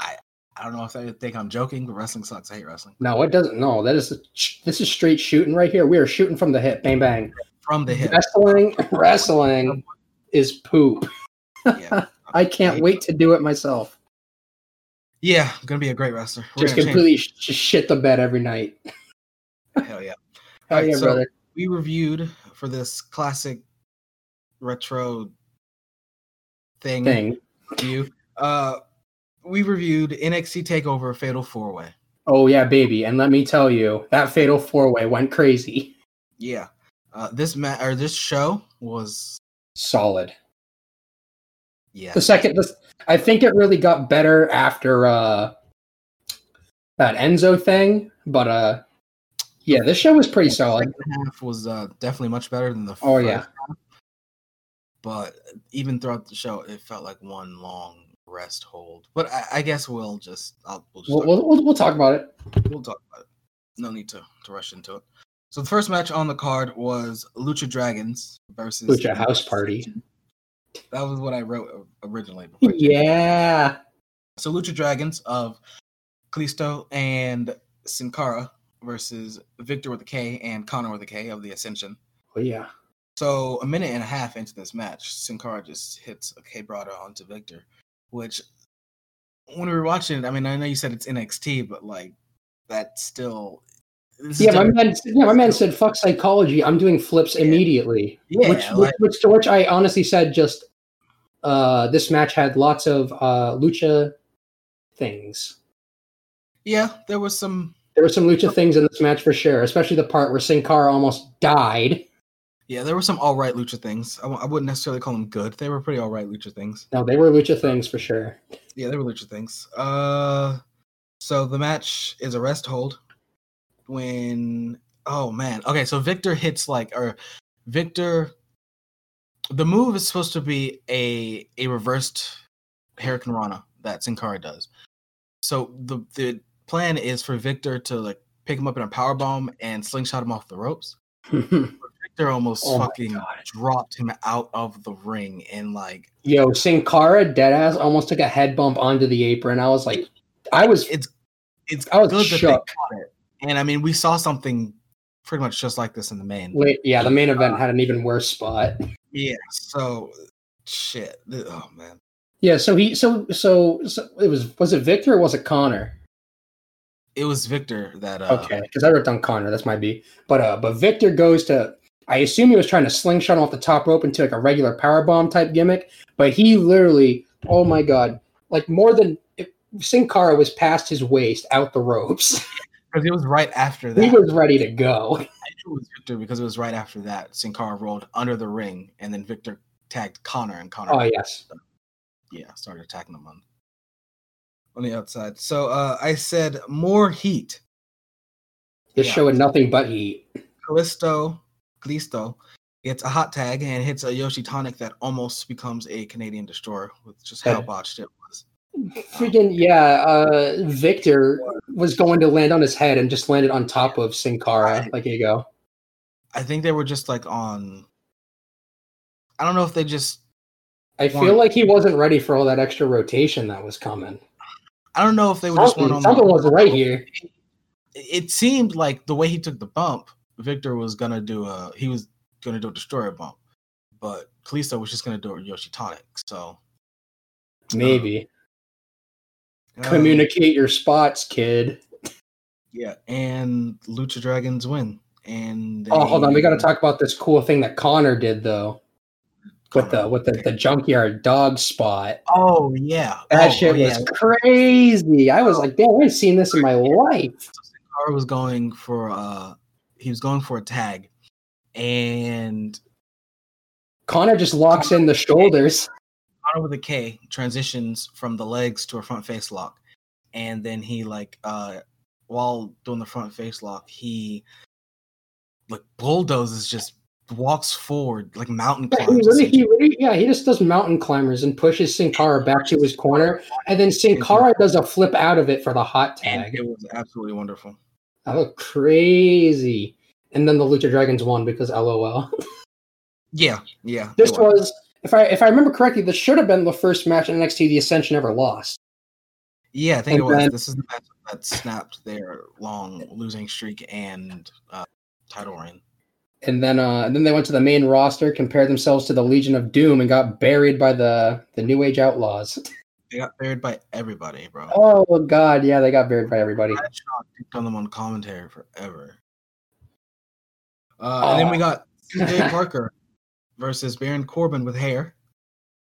Speaker 1: I I don't know if they think I'm joking, but wrestling sucks. I hate wrestling
Speaker 2: No, it doesn't. No, that is this is straight shooting right here. We are shooting from the hip. Bang bang.
Speaker 1: from the hip.
Speaker 2: Wrestling, wrestling is poop.
Speaker 1: yeah.
Speaker 2: I can't wait to do it myself.
Speaker 1: Yeah, I'm gonna be a great wrestler. We're
Speaker 2: Just
Speaker 1: gonna change-
Speaker 2: completely sh- just shit the bed every night.
Speaker 1: Hell yeah.
Speaker 2: Hell
Speaker 1: Alright,
Speaker 2: yeah,
Speaker 1: so-
Speaker 2: brother.
Speaker 1: We reviewed for this classic retro thing.
Speaker 2: Thing.
Speaker 1: Review. Uh, we reviewed NXT Takeover Fatal Four Way.
Speaker 2: Oh yeah, baby. And let me tell you, that fatal four way went crazy.
Speaker 1: Yeah. Uh, this ma- or this show was
Speaker 2: Solid.
Speaker 1: yeah.
Speaker 2: The second, the, I think it really got better after uh, that Enzo thing, but uh, yeah, this show was pretty solid.
Speaker 1: second half was uh, definitely much better than the
Speaker 2: Oh,
Speaker 1: first
Speaker 2: yeah.
Speaker 1: half. But even throughout the show, it felt like one long rest hold. But I, I guess we'll just I'll, we'll just
Speaker 2: We'll,
Speaker 1: talk,
Speaker 2: we'll, we'll, we'll talk about it.
Speaker 1: we'll talk about it. No need to, to rush into it. So the first match on the card was Lucha Dragons versus
Speaker 2: Lucha House Party.
Speaker 1: That was what I wrote o- originally. before I changed it.
Speaker 2: Yeah.
Speaker 1: So Lucha Dragons of Kalisto and Sin Cara versus Victor with a K and Connor with a K of the Ascension.
Speaker 2: Oh, yeah.
Speaker 1: So a minute and a half into this match, Sin Cara just hits a Quebrada onto Victor, which when we were watching it, I mean, I know you said it's NXT, but like that's still this is
Speaker 2: Yeah, my
Speaker 1: different.
Speaker 2: man. Yeah, my man said, "Fuck psychology." I'm doing flips immediately.
Speaker 1: Yeah,
Speaker 2: which,
Speaker 1: like-
Speaker 2: which, which, to which I honestly said, just uh, this match had lots of uh, lucha things.
Speaker 1: yeah. There was some
Speaker 2: There were some lucha things in this match for sure, especially the part where Sin Cara almost died.
Speaker 1: yeah, there were some all right lucha things. I, w- I wouldn't necessarily call them good. They were pretty all right lucha things.
Speaker 2: No, they were lucha things for sure.
Speaker 1: Yeah, they were lucha things. Uh, so the match is a rest hold. When oh man, okay, so Victor hits like or Victor. The move is supposed to be a a reversed Hurricane Rana that Sin Cara does. So the the plan is for Victor to like pick him up in a power bomb and slingshot him off the ropes. Victor almost
Speaker 2: Oh my
Speaker 1: fucking
Speaker 2: God.
Speaker 1: dropped him out of the ring and like
Speaker 2: Yo, Sin Cara deadass almost took a head bump onto the apron. I was like, I was
Speaker 1: it's it's
Speaker 2: I was
Speaker 1: good that they
Speaker 2: shook.
Speaker 1: caught it. And I mean, we saw something pretty much just like this in the main.
Speaker 2: late. Yeah, the main event had an even worse spot.
Speaker 1: Yeah. So shit. Th- Oh man.
Speaker 2: Yeah, so he so so, so it was was it Victor or was it Connor?
Speaker 1: It was Victor that uh
Speaker 2: Okay, because I wrote down Connor. That's my B. But uh, but Victor goes to. I assume he was trying to slingshot off the top rope into like a regular power bomb type gimmick. But he literally, oh my god, like more than if Sin Cara was past his waist out the ropes.
Speaker 1: because it was right after that.
Speaker 2: he was ready to go.
Speaker 1: I knew it was Victor because it was right after that. Sin Cara rolled under the ring and then Victor tagged Connor and Connor
Speaker 2: Oh yes,
Speaker 1: yeah, started attacking them on on the outside. So uh I said more heat
Speaker 2: this
Speaker 1: Yeah.
Speaker 2: show had nothing but heat.
Speaker 1: Callisto, Callisto gets a hot tag and hits a Yoshi tonic that almost becomes a Canadian destroyer with just how
Speaker 2: Okay.
Speaker 1: botched it was.
Speaker 2: Freaking yeah, uh, Victor was going to land on his head and just landed on top of Sin Cara.
Speaker 1: Right.
Speaker 2: Like here you go.
Speaker 1: I think they were just like on. I don't know if they just.
Speaker 2: I
Speaker 1: Warren.
Speaker 2: feel like he wasn't ready for all that extra rotation that was coming.
Speaker 1: I don't know if they were just
Speaker 2: Something,
Speaker 1: one on.
Speaker 2: something
Speaker 1: The,
Speaker 2: wasn't right here.
Speaker 1: it seemed like the way he took the bump, Victor was gonna do a he was gonna do a destroyer bump, but Callisto was just gonna do a Yoshi tonic. So Uh,
Speaker 2: Maybe
Speaker 1: um,
Speaker 2: communicate your spots, kid.
Speaker 1: Yeah, and Lucha Dragons win. And
Speaker 2: Oh, hold on, we got to
Speaker 1: they-
Speaker 2: talk about this cool thing that Connor did though with the with the, the junkyard dog spot.
Speaker 1: Oh yeah,
Speaker 2: That
Speaker 1: Oh,
Speaker 2: shit
Speaker 1: yeah.
Speaker 2: was crazy. I was like, damn, I ain't seen this in my life.
Speaker 1: Carr was going for uh, he was going for a tag, and
Speaker 2: Connor just locks in the shoulders.
Speaker 1: Connor with a K transitions from the legs to a front face lock, and then he like uh, while doing the front face lock, he like bulldozes just walks forward like mountain
Speaker 2: Yeah, he
Speaker 1: climbs.
Speaker 2: really, he really, yeah, he just does mountain climbers and pushes Sin Cara back to his corner, and then Sin Cara does a flip out of it for the hot
Speaker 1: and
Speaker 2: tag.
Speaker 1: it was absolutely wonderful.
Speaker 2: That looked crazy. And then the Lucha Dragons won because LOL.
Speaker 1: Yeah, yeah.
Speaker 2: This
Speaker 1: it
Speaker 2: was, if I if I remember correctly, this should have been the first match in NXT the Ascension ever lost.
Speaker 1: Yeah, I think it
Speaker 2: And
Speaker 1: was.
Speaker 2: then-
Speaker 1: this is the match that snapped their long losing streak and uh, title reign.
Speaker 2: And then uh and then they went to the main roster, compared themselves to the Legion of Doom, and got buried by the the New Age Outlaws.
Speaker 1: They got buried by everybody, bro.
Speaker 2: Oh god, yeah, they got buried by everybody.
Speaker 1: Bradshaw picked on them on commentary forever. Uh, And then we
Speaker 2: Oh.
Speaker 1: got CJ Parker versus Baron Corbin with hair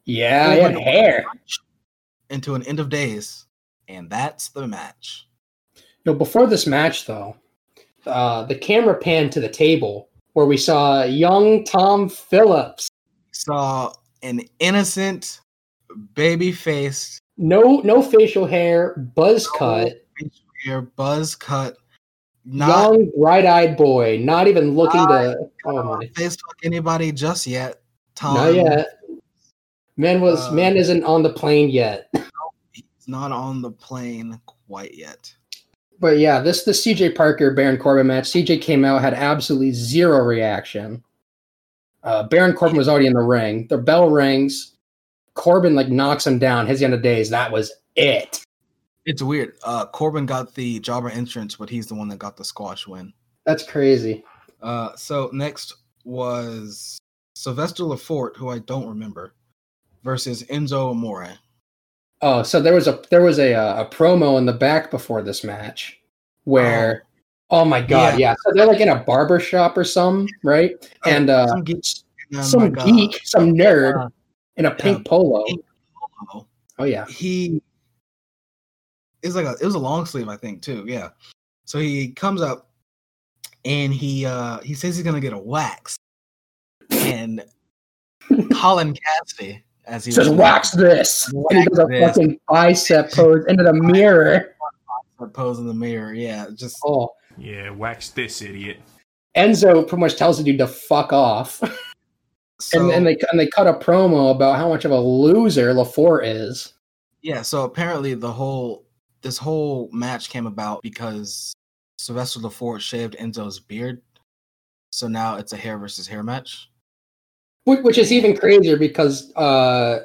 Speaker 2: Yeah, they Uh, had hair.
Speaker 1: into an end of days, and that's the match.
Speaker 2: No, before this match though, uh, the camera panned to the table where we saw young Tom Phillips.
Speaker 1: Saw an innocent, baby faced,
Speaker 2: No, no facial hair, buzz
Speaker 1: No.
Speaker 2: cut,
Speaker 1: hair buzz cut, not
Speaker 2: young bright-eyed boy, not even looking to. Oh my!
Speaker 1: face fuck anybody just yet. Tom
Speaker 2: Not yet. Man was
Speaker 1: Uh,
Speaker 2: man isn't on the plane yet.
Speaker 1: is not on the plane quite yet.
Speaker 2: But yeah, this the CJ Parker Baron Corbin match. CJ came out had absolutely zero reaction. Uh, Baron Corbin was already in the ring. The bell rings. Corbin like knocks him down. His end of days. That was it.
Speaker 1: It's weird. Uh, Corbin got the jobber entrance, but he's the one that got the squash win.
Speaker 2: That's crazy.
Speaker 1: Uh, so next was Sylvester Lafort, who I don't remember, versus Enzo Amore.
Speaker 2: Oh, so there was a there was a uh, a promo in the back before this match where oh, my god, yeah. So they're like in a barber shop or some, right? And uh
Speaker 1: Some geek, oh my
Speaker 2: some
Speaker 1: God.
Speaker 2: geek, some nerd
Speaker 1: Yeah.
Speaker 2: in a pink polo. Oh yeah.
Speaker 1: he it's like a it was a long sleeve i think too yeah so he comes up and he uh he says he's gonna get a wax and colin cassidy as he
Speaker 2: Says
Speaker 1: was-
Speaker 2: wax this. And he does a
Speaker 1: Wax this.
Speaker 2: fucking bicep pose into the mirror.
Speaker 1: pose in the mirror yeah just
Speaker 2: Oh,
Speaker 5: Yeah, wax this idiot.
Speaker 2: Enzo pretty much tells the dude to fuck off,
Speaker 1: so,
Speaker 2: and, and they and they cut a promo about how much of a loser Lafort is.
Speaker 1: yeah so apparently the whole this whole match came about because sylvester lafort shaved enzo's beard so now it's a hair versus hair match
Speaker 2: Which, which is even crazier because uh,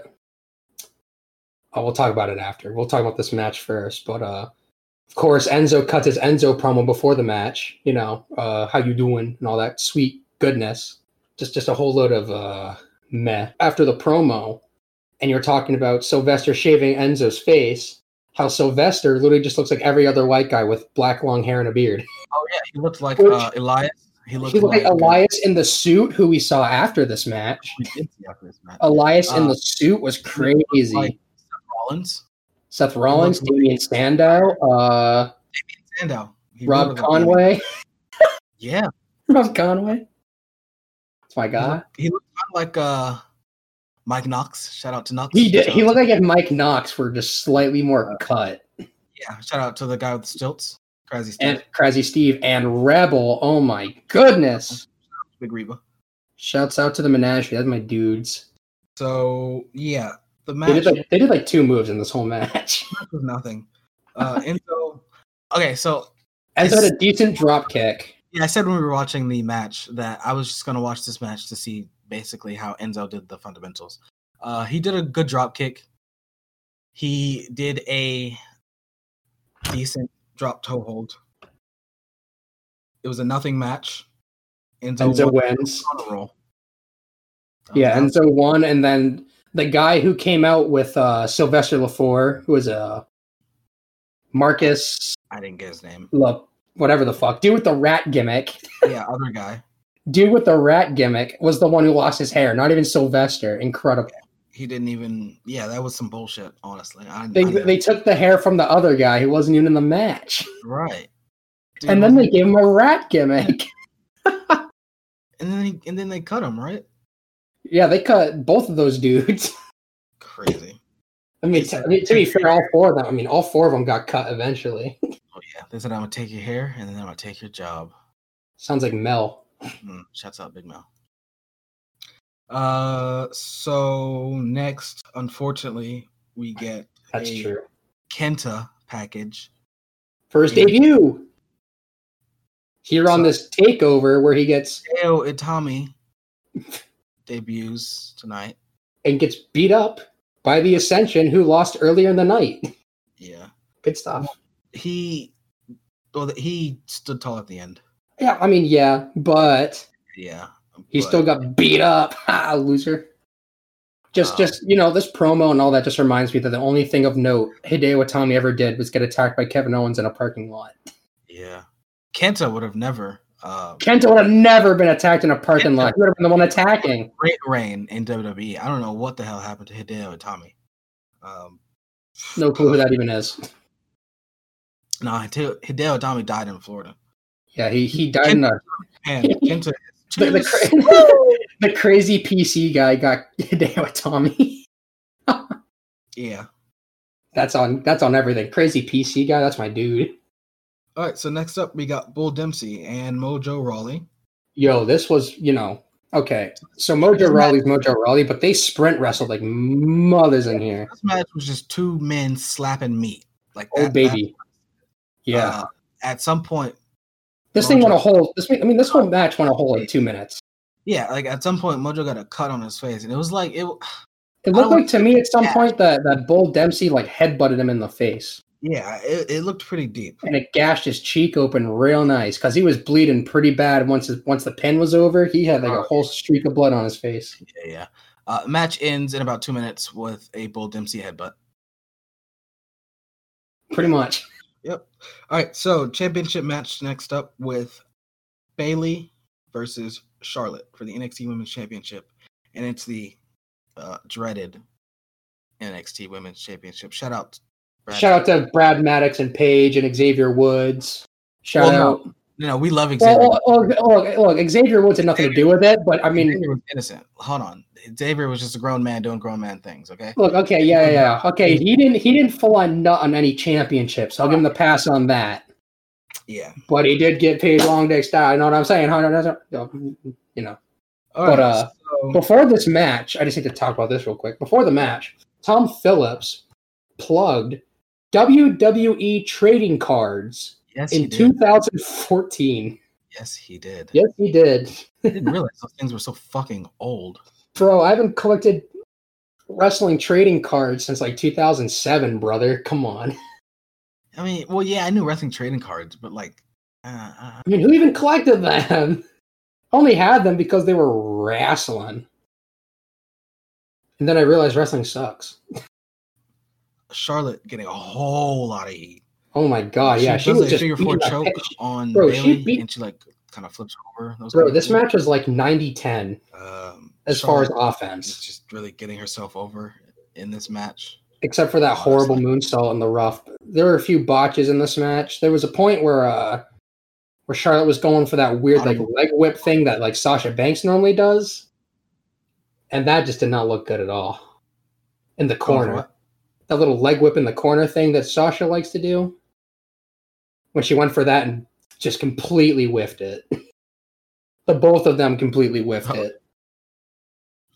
Speaker 2: oh, we'll talk about it after. We'll talk about this match first, but uh, of course Enzo cuts his Enzo promo before the match. You know, uh, how you doing and all that sweet goodness. Just just a whole load of uh, meh after the promo, and you're talking about Sylvester shaving Enzo's face. How Sylvester literally just looks like every other white guy with black long hair and a beard.
Speaker 1: oh yeah he looked like
Speaker 2: Which-
Speaker 1: uh, elias he looked
Speaker 2: He looked like
Speaker 1: uh,
Speaker 2: Elias in the suit, who we saw after this match.
Speaker 1: we did see after this match.
Speaker 2: Elias in
Speaker 1: Uh,
Speaker 2: the suit was
Speaker 1: looked
Speaker 2: crazy.
Speaker 1: like- Rollins,
Speaker 2: Seth Rollins,
Speaker 1: looked like-
Speaker 2: Damian Sandow, uh,
Speaker 1: Sandow, he really
Speaker 2: Rob
Speaker 1: looked like him.
Speaker 2: Conway.
Speaker 1: Yeah,
Speaker 2: Rob Conway. That's my guy.
Speaker 1: he looked kind of like uh, Mike Knox. Shout out to Knox.
Speaker 2: He did.
Speaker 1: Shout
Speaker 2: He
Speaker 1: out
Speaker 2: looked like if Mike Knox were just slightly more cut.
Speaker 1: to- yeah. Shout out to the guy with the stilts, crazy stuff,
Speaker 2: And Crazy Steve and Rebel. Oh my goodness!
Speaker 1: Big Reba.
Speaker 2: Shouts out to the menagerie. That's my dudes.
Speaker 1: So yeah, the
Speaker 2: They did
Speaker 1: match
Speaker 2: like they did like two moves in this whole match.
Speaker 1: was nothing. Uh, Enzo. Okay, so
Speaker 2: Enzo had a decent drop kick.
Speaker 1: yeah, I said when we were watching the match that I was just gonna watch this match to see basically how Enzo did the fundamentals. Uh, he did a good drop kick. He did a decent drop toe hold. It was a nothing match. Enzo,
Speaker 2: Enzo
Speaker 1: won
Speaker 2: wins.
Speaker 1: on a roll.
Speaker 2: Yeah,
Speaker 1: Um,
Speaker 2: Enzo won, and then the guy who came out with uh, Sylvester Lafleur, who was uh, Marcus
Speaker 1: I didn't get his name.
Speaker 2: La, whatever the fuck, dude with the rat gimmick,
Speaker 1: Yeah, other guy.
Speaker 2: dude with the rat gimmick was the one who lost his hair. Not even Sylvester. Incredible.
Speaker 1: He didn't even. Yeah, that was some bullshit. Honestly, I,
Speaker 2: They
Speaker 1: I didn't-
Speaker 2: they took the hair from the other guy who wasn't even in the match,
Speaker 1: right. Dude
Speaker 2: and then
Speaker 1: was-
Speaker 2: they gave him a rat gimmick.
Speaker 1: and then he, and then they cut him right.
Speaker 2: Yeah, they cut both of those dudes.
Speaker 1: Crazy.
Speaker 2: I mean, to, I mean, to be fair, all four of them. I mean, all four of them got cut eventually.
Speaker 1: Oh yeah, they said I'm gonna take your hair and then I'm gonna take your job.
Speaker 2: Sounds like Mel.
Speaker 1: Mm, shouts out Big Mel. Uh, so next, unfortunately, we get
Speaker 2: That's
Speaker 1: a
Speaker 2: true.
Speaker 1: Kenta package.
Speaker 2: First
Speaker 1: Yeah.
Speaker 2: debut here on this takeover where he gets
Speaker 1: Ayo Itami debuts tonight.
Speaker 2: and gets beat up by the Ascension who lost earlier in the night.
Speaker 1: Yeah,
Speaker 2: Good stuff.
Speaker 1: he well he stood tall at the end.
Speaker 2: Yeah, I mean, yeah, but
Speaker 1: Yeah,
Speaker 2: he
Speaker 1: but
Speaker 2: still got beat up. Ha, loser. Just,
Speaker 1: Um,
Speaker 2: just you know, this promo and all that just reminds me that the only thing of note Hideo Itami ever did was get attacked by Kevin Owens in a parking lot.
Speaker 1: yeah. Kenta would have never uh
Speaker 2: Kenta would have never been attacked in a parking lot. He would have been the one attacking.
Speaker 1: great reign in WWE. I don't know what the hell happened to Hideo Itami. Um,
Speaker 2: No clue who that even is.
Speaker 1: No, Hideo, Hideo Itami died in Florida.
Speaker 2: Yeah, he he died in a
Speaker 1: Man, Kenta is
Speaker 2: The, the, cra- the crazy PC guy got hit down with Tommy.
Speaker 1: Yeah.
Speaker 2: That's on. That's on everything. Crazy PC guy. That's my dude.
Speaker 1: All right. So next up, we got Bull Dempsey and Mojo Rawley.
Speaker 2: Yo, this was you know okay. So Mojo Rawley's Mojo Rawley, but they sprint wrestled like mothers in here.
Speaker 1: This match was just two men slapping meat. Like
Speaker 2: Oh
Speaker 1: that match,
Speaker 2: baby, yeah.
Speaker 1: uh, at some point,
Speaker 2: this thing
Speaker 1: Mojo-
Speaker 2: went a whole. This I mean, this whole match went a whole like two minutes.
Speaker 1: yeah, like at some point, Mojo got a cut on his face, and it was like it.
Speaker 2: It
Speaker 1: I
Speaker 2: looked
Speaker 1: don't
Speaker 2: like to me at some
Speaker 1: that.
Speaker 2: point that that Bull Dempsey like headbutted him in the face,
Speaker 1: Yeah, it, it looked pretty deep.
Speaker 2: and it gashed his cheek open real nice because he was bleeding pretty bad. Once his, once the pin was over, he had like a whole streak of blood on his face.
Speaker 1: Yeah, yeah. Uh, match ends in about two minutes with a Bull Dempsey headbutt.
Speaker 2: Pretty much.
Speaker 1: All right, so championship match next up with Bailey versus Charlotte for the NXT Women's Championship, and it's the uh, dreaded NXT Women's Championship. Shout out, Brad.
Speaker 2: Shout out to Brad Maddox and Paige and Xavier Woods. Shout
Speaker 1: Well,
Speaker 2: out.
Speaker 1: you know we love Xavier.
Speaker 2: Well, look, look, look, Xavier Woods had nothing to do with it, but I mean,
Speaker 1: Xavier was innocent. Hold on, Xavier was just a grown man doing grown man things. Okay,
Speaker 2: Look, okay, yeah, yeah, yeah. Okay, he didn't he didn't full on nut on any championships. I'll give him the pass on that.
Speaker 1: yeah.
Speaker 2: But he did get paid long dick style. You know what I'm saying? Hunter, that's- You know.
Speaker 1: All
Speaker 2: But, uh,
Speaker 1: so-
Speaker 2: Before this match, I just need to talk about this real quick. Before the match, Tom Phillips plugged WWE trading cards
Speaker 1: yes, he
Speaker 2: in
Speaker 1: did.
Speaker 2: 2014.
Speaker 1: yes, he did.
Speaker 2: Yes, he did.
Speaker 1: I didn't realize those things were so fucking old.
Speaker 2: Bro, I haven't collected wrestling trading cards since like 2007, brother. Come on.
Speaker 1: I mean, well, yeah, I knew wrestling trading cards, but like, uh, uh,
Speaker 2: I mean, who even collected them? Only had them because they were wrestling. And then I realized wrestling sucks.
Speaker 1: Charlotte getting a whole lot of heat.
Speaker 2: Oh my god, yeah, she
Speaker 1: does
Speaker 2: was
Speaker 1: a
Speaker 2: just
Speaker 1: figure four
Speaker 2: beating the
Speaker 1: choke
Speaker 2: piss-
Speaker 1: on
Speaker 2: Bro, she
Speaker 1: Bailey,
Speaker 2: beat-
Speaker 1: and she like kind of flips over. That was
Speaker 2: Bro,
Speaker 1: kinda
Speaker 2: this
Speaker 1: cool.
Speaker 2: match was like 90-10
Speaker 1: um,
Speaker 2: as far as
Speaker 1: Charlotte is
Speaker 2: offense,
Speaker 1: just really getting herself over in this match.
Speaker 2: except for that horrible moonsault in the rough. There were a few botches in this match. There was a point where uh where Charlotte was going for that weird like leg whip thing that like Sasha Banks normally does. And that just did not look good at all. In the
Speaker 1: Going for
Speaker 2: corner.
Speaker 1: what?
Speaker 2: that little leg whip in the corner thing that Sasha likes to do. When she went for that and just completely whiffed it. the both of them completely whiffed
Speaker 1: Oh,
Speaker 2: it.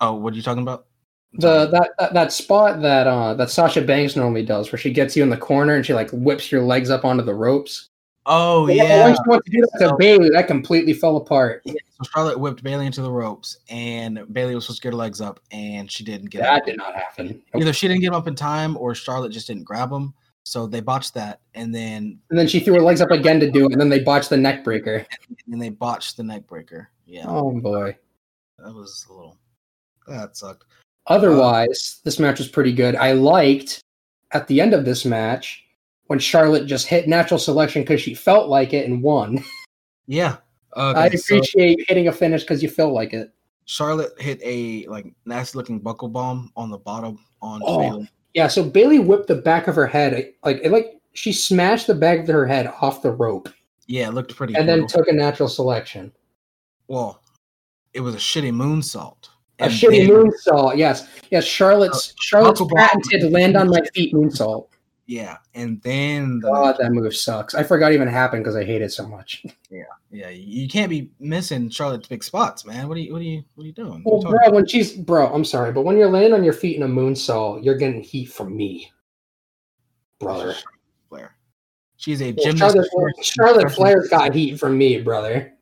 Speaker 1: Oh, what are you talking about?
Speaker 2: The that, that that spot that uh that Sasha Banks normally does where she gets you in the corner and she like whips your legs up onto the ropes.
Speaker 1: oh
Speaker 2: When-
Speaker 1: yeah.
Speaker 2: When she went to do that to
Speaker 1: So-
Speaker 2: Bailey, that completely fell apart.
Speaker 1: So Charlotte whipped Bailey into the ropes, and Bailey was supposed to get her legs up, and she didn't get.
Speaker 2: That
Speaker 1: up.
Speaker 2: did not happen. And
Speaker 1: Either she didn't get him up in time, or Charlotte just didn't grab him. So they botched that, and then
Speaker 2: then she threw her legs up again to do it, and then they botched the neck breaker.
Speaker 1: and they botched the neck breaker. Yeah,
Speaker 2: Oh boy.
Speaker 1: that was a little. That sucked.
Speaker 2: Otherwise, this match was pretty good. I liked at the end of this match when Charlotte just hit natural selection because she felt like it and won.
Speaker 1: Yeah. Okay,
Speaker 2: I
Speaker 1: so-
Speaker 2: appreciate hitting a finish because you feel like it.
Speaker 1: Charlotte hit a like nasty looking buckle bomb on the bottom on
Speaker 2: Oh.
Speaker 1: Bailey.
Speaker 2: Yeah, so Bailey whipped the back of her head like it, like she smashed the back of her head off the rope
Speaker 1: Yeah, it looked pretty.
Speaker 2: and then
Speaker 1: brutal.
Speaker 2: took a natural selection.
Speaker 1: well, it was a shitty moonsault.
Speaker 2: A
Speaker 1: And
Speaker 2: shitty
Speaker 1: then- Uh,
Speaker 2: moonsault. Yes, yes. Charlotte's Charlotte's
Speaker 1: Huckleberry-
Speaker 2: patented land on my feet moonsault.
Speaker 1: Yeah, and then the,
Speaker 2: God, that move sucks. I forgot even happened because I hate it so much.
Speaker 1: yeah, you can't be missing Charlotte's big spots, man. What are you? What are you? What are you doing?
Speaker 2: Well,
Speaker 1: What are you talking
Speaker 2: bro, when she's bro, I'm sorry, but when you're laying on your feet in a moonsault, you're getting heat from me,
Speaker 1: about?
Speaker 2: brother.
Speaker 1: She's a Charlotte Flair. She's a
Speaker 2: Well,
Speaker 1: gymnast.
Speaker 2: Charlotte, Charlotte Flair's got heat from me, brother.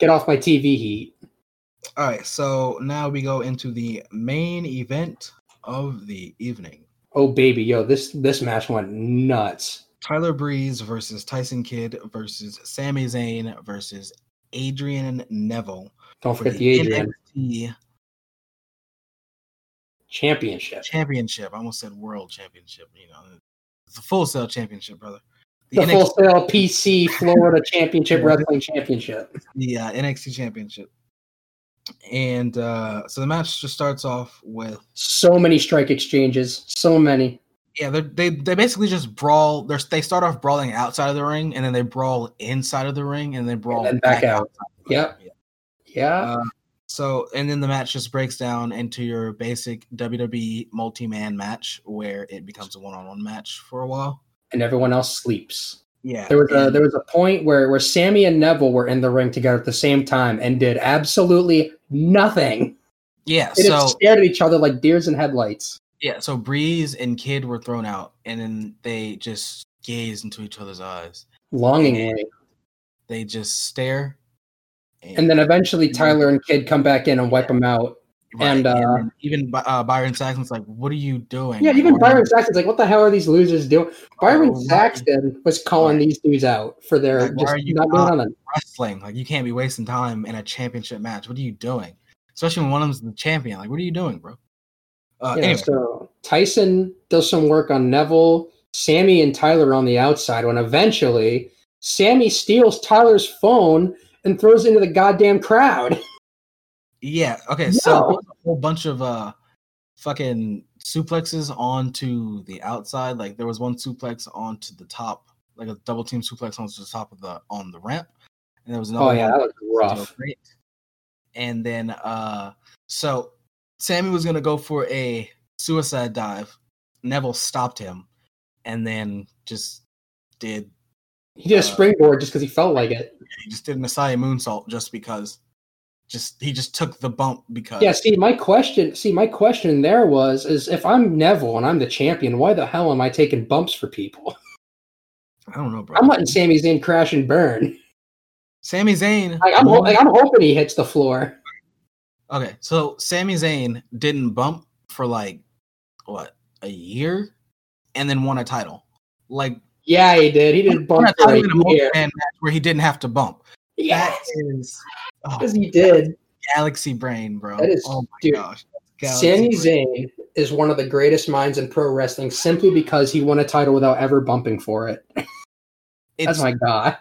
Speaker 2: Get off my TV heat.
Speaker 1: All right, so now we go into the main event of the evening.
Speaker 2: Oh baby, yo, this this match went nuts.
Speaker 1: Tyler Breeze versus Tyson Kidd versus Sami Zayn versus Adrian Neville
Speaker 2: Don't
Speaker 1: for the
Speaker 2: forget the Adrian
Speaker 1: NXT
Speaker 2: Championship.
Speaker 1: Championship. I almost said World Championship. You know, it's a full sale championship, brother. The,
Speaker 2: The
Speaker 1: NXT,
Speaker 2: Full Sail PC Florida Championship Wrestling Championship.
Speaker 1: the uh, NXT Championship. And uh, so the match just starts off with
Speaker 2: So many strike exchanges. So many.
Speaker 1: yeah, they're- they they basically just brawl. They're, they start off brawling outside of the ring, and then they brawl inside of the ring, and they brawl
Speaker 2: then back out.
Speaker 1: outside of
Speaker 2: Yep. Yeah.
Speaker 1: Uh, so, and then the match just breaks down into your basic WWE multi man match where it becomes a one on one match for a while.
Speaker 2: and everyone else sleeps.
Speaker 1: Yeah.
Speaker 2: There was a
Speaker 1: and-
Speaker 2: there was a point where where Sammy and Neville were in the ring together at the same time and did absolutely nothing.
Speaker 1: yeah.
Speaker 2: They
Speaker 1: So,
Speaker 2: just stared at each other like deers in headlights.
Speaker 1: yeah. So Breeze and Kid were thrown out and then they just gaze into each other's eyes.
Speaker 2: Longingly.
Speaker 1: They just stare.
Speaker 2: And then eventually Tyler and Kid come back in and wipe them out. and, uh,
Speaker 1: then even By- uh, Byron Saxon's like, what are you doing?
Speaker 2: Yeah, even
Speaker 1: Why-
Speaker 2: Byron Saxton's like, what the hell are these losers doing? Byron
Speaker 1: Oh, right.
Speaker 2: Saxton was calling these dudes out for their
Speaker 1: Like, why
Speaker 2: just
Speaker 1: are you
Speaker 2: not doing
Speaker 1: not-
Speaker 2: nothing.
Speaker 1: wrestling. Like you can't be wasting time in a championship match. What are you doing? Especially when one of them's the champion. Like what are you doing, bro? Uh,
Speaker 2: Yeah,
Speaker 1: anyway,
Speaker 2: so Tyson does some work on Neville. Sammy and Tyler are on the outside when eventually Sammy steals Tyler's phone and throws it into the goddamn crowd.
Speaker 1: yeah. Okay. So
Speaker 2: No.
Speaker 1: a whole bunch of uh, fucking suplexes onto the outside. Like there was one suplex onto the top, like a double team suplex onto the top of the on the ramp, and there was another.
Speaker 2: Oh yeah,
Speaker 1: one
Speaker 2: that was
Speaker 1: to a
Speaker 2: rough.
Speaker 1: crate. And then uh so Sammy was gonna go for a suicide dive. Neville stopped him and then just did
Speaker 2: He did a
Speaker 1: Uh,
Speaker 2: springboard just because he felt like it.
Speaker 1: he just did an Asaya moonsault just because just he just took the bump because
Speaker 2: Yeah, see my question see my question there was is if I'm Neville and I'm the champion, why the hell am I taking bumps for people?
Speaker 1: I don't know, bro.
Speaker 2: I'm letting Sammy Zayn crash and burn.
Speaker 1: Sami Zayn
Speaker 2: Like, I'm ho- like, I'm hoping he hits the floor.
Speaker 1: Okay, so Sami Zayn didn't bump for like what a year and then won a title. Like
Speaker 2: Yeah, he did. He did
Speaker 1: won
Speaker 2: bump
Speaker 1: a
Speaker 2: for
Speaker 1: title
Speaker 2: a
Speaker 1: in a
Speaker 2: year.
Speaker 1: multi-man match where he didn't have to bump.
Speaker 2: Yeah,
Speaker 1: That is oh,
Speaker 2: because he did.
Speaker 1: galaxy brain, bro.
Speaker 2: That is-
Speaker 1: oh my
Speaker 2: dude,
Speaker 1: gosh. Galaxy
Speaker 2: Sami
Speaker 1: brain.
Speaker 2: Zayn is one of the greatest minds in pro wrestling simply because he won a title without ever bumping for it.
Speaker 1: It's,
Speaker 2: That's my god.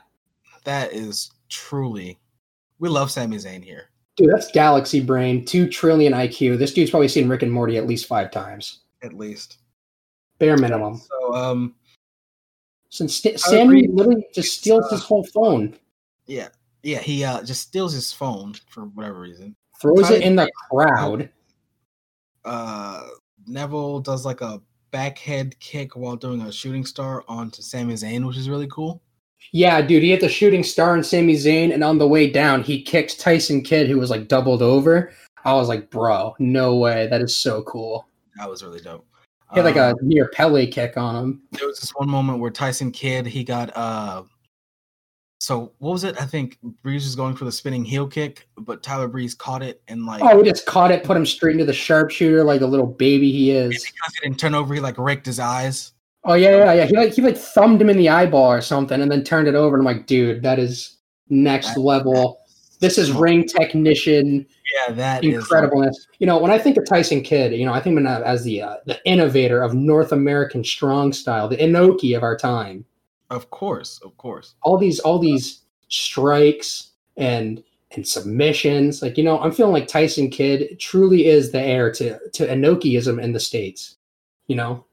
Speaker 1: that is truly. We love Sami Zayn here.
Speaker 2: Dude, that's galaxy brain, 2 trillion IQ. This dude's probably seen Rick and Morty at least 5 times,
Speaker 1: At least.
Speaker 2: bare minimum.
Speaker 1: So um
Speaker 2: Since St-
Speaker 1: I
Speaker 2: Sammy
Speaker 1: agree.
Speaker 2: literally just
Speaker 1: It's,
Speaker 2: steals
Speaker 1: uh,
Speaker 2: his whole phone,
Speaker 1: yeah, he uh just steals his phone for whatever reason.
Speaker 2: throws
Speaker 1: Tyler-
Speaker 2: it in the crowd.
Speaker 1: Uh Neville does like a backhead kick while doing a shooting star onto Sami Zayn, which is really cool.
Speaker 2: Yeah, dude, he hit the shooting star on Sami Zayn, and on the way down, he kicks Tyson Kidd, who was like doubled over. I was like, bro, no way. That is so cool.
Speaker 1: That was really dope.
Speaker 2: He had like
Speaker 1: Uh,
Speaker 2: a near Pele kick on him.
Speaker 1: there was this one moment where Tyson Kidd he got uh so what was it? I think Breeze was going for the spinning heel kick, but Tyler Breeze caught it and like
Speaker 2: Oh, he just caught it, put him straight into the sharpshooter like the little baby he is.
Speaker 1: because he didn't turn over, he like raked his eyes.
Speaker 2: Oh yeah, yeah, yeah. He like he like thumbed him in the eyeball or something, and then turned it over. And I'm like, dude, that is next
Speaker 1: That-
Speaker 2: level. This is ring technician
Speaker 1: Yeah, that is uh,
Speaker 2: incredibleness. You know, when I think of Tyson Kidd, you know, I think of him as the uh, the innovator of North American strong style, the Inoki of our time.
Speaker 1: of course, of course.
Speaker 2: All these, all these strikes and and submissions. Like you know, I'm feeling like Tyson Kidd truly is the heir to to Inokiism in the states. You know,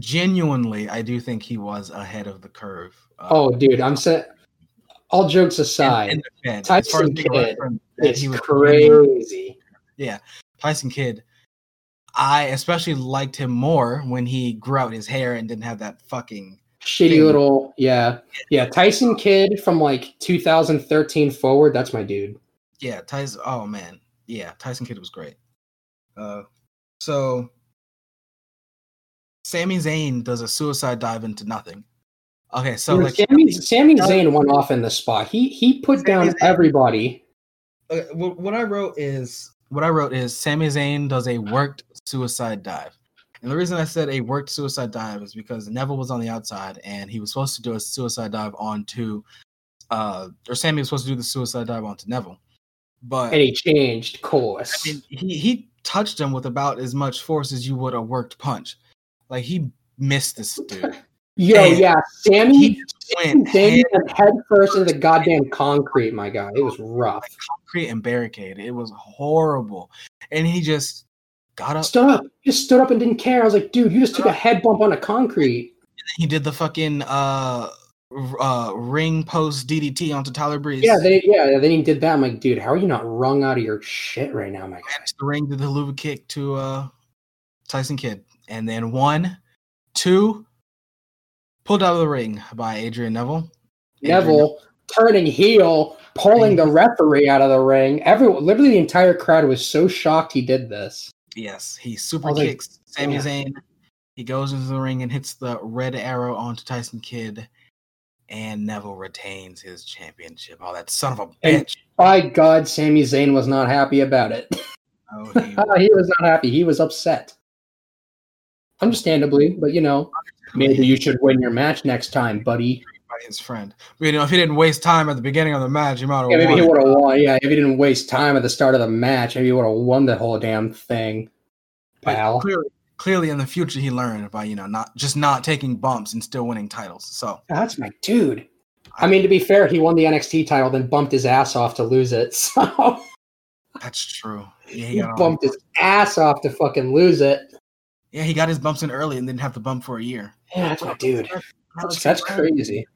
Speaker 1: Genuinely, I do think he was ahead of the curve. uh,
Speaker 2: Oh, dude, I'm set. All jokes aside,
Speaker 1: in, in the Fed. As far as
Speaker 2: Tyson
Speaker 1: being a
Speaker 2: Kidd
Speaker 1: wrestler, that
Speaker 2: it's
Speaker 1: he was genuinely-
Speaker 2: crazy.
Speaker 1: Tyson Kidd. I especially liked him more when he grew out his hair and didn't have that fucking
Speaker 2: Shitty little, yeah, yeah. Tyson Kidd from like 2013 forward. That's my dude.
Speaker 1: Yeah, Tyson. Oh man, yeah, Tyson Kidd was great. Uh, so Sami Zayn does a suicide dive into nothing. Okay, so
Speaker 2: Dude,
Speaker 1: like
Speaker 2: Sammy, Sammy Zayn went off in the spot. He he put down
Speaker 1: Zayn.
Speaker 2: everybody.
Speaker 1: okay, wh- what I wrote is what I wrote is Sami Zayn does a worked suicide dive, and the reason I said a worked suicide dive is because Neville was on the outside and he was supposed to do a suicide dive onto, uh, or Sammy was supposed to do the suicide dive onto Neville, but
Speaker 2: And he changed
Speaker 1: I
Speaker 2: course.
Speaker 1: mean, he, he touched him with about as much force as you would a worked punch. Like he missed this dude.
Speaker 2: Yo,
Speaker 1: man,
Speaker 2: yeah, Sammy
Speaker 1: he
Speaker 2: Sammy
Speaker 1: went
Speaker 2: Zayn
Speaker 1: head
Speaker 2: went head first into the goddamn concrete. My God, it was rough.
Speaker 1: concrete and barricade. It was horrible. And he just got up.
Speaker 2: Stood up, just stood up and didn't care. I was like, dude, you just took a head bump on the concrete.
Speaker 1: He did the fucking uh uh, ring post DDT onto Tyler Breeze.
Speaker 2: Yeah, they yeah, then he did that. I'm like, dude, how are you not wrung out of your shit right now? I'm like,
Speaker 1: managed to ring the Haluva kick to uh, Tyson Kidd. And then one, two, pulled out of the ring by Adrian Neville. Adrian
Speaker 2: Neville turning heel, pulling the referee out of the ring. Everyone, literally, the entire crowd was so shocked he did this.
Speaker 1: Yes, he super
Speaker 2: was like,
Speaker 1: kicks Sami
Speaker 2: "Damn."
Speaker 1: Zayn. He goes into the ring and hits the red arrow onto Tyson Kidd, and Neville retains his championship. Oh, that son of a
Speaker 2: And-
Speaker 1: bitch!
Speaker 2: By God, Sami Zayn was not happy about it. Uh,
Speaker 1: Oh, he-
Speaker 2: he was not happy. He was upset. Understandably, but you know, maybe you should win your match next time, buddy.
Speaker 1: by his friend. But, you know, if he didn't waste time at the beginning of the match, he might have
Speaker 2: Yeah, maybe he
Speaker 1: won.
Speaker 2: would have won. Yeah, if he didn't waste time at the start of the match, maybe he would have won the whole damn thing.
Speaker 1: But
Speaker 2: Pal.
Speaker 1: Clearly, clearly, in the future, he learned by you know not just not taking bumps and still winning titles. So
Speaker 2: That's my dude. I mean, to be fair, he won the NXT title, then bumped his ass off to lose it. So
Speaker 1: that's true. Yeah, he
Speaker 2: he
Speaker 1: got all-
Speaker 2: bumped his ass off to fucking lose it.
Speaker 1: yeah, he got his bumps in early and didn't have to bump for a year.
Speaker 2: Yeah, that's my dude. That's,
Speaker 1: Galaxy
Speaker 2: that's
Speaker 1: brain.
Speaker 2: crazy.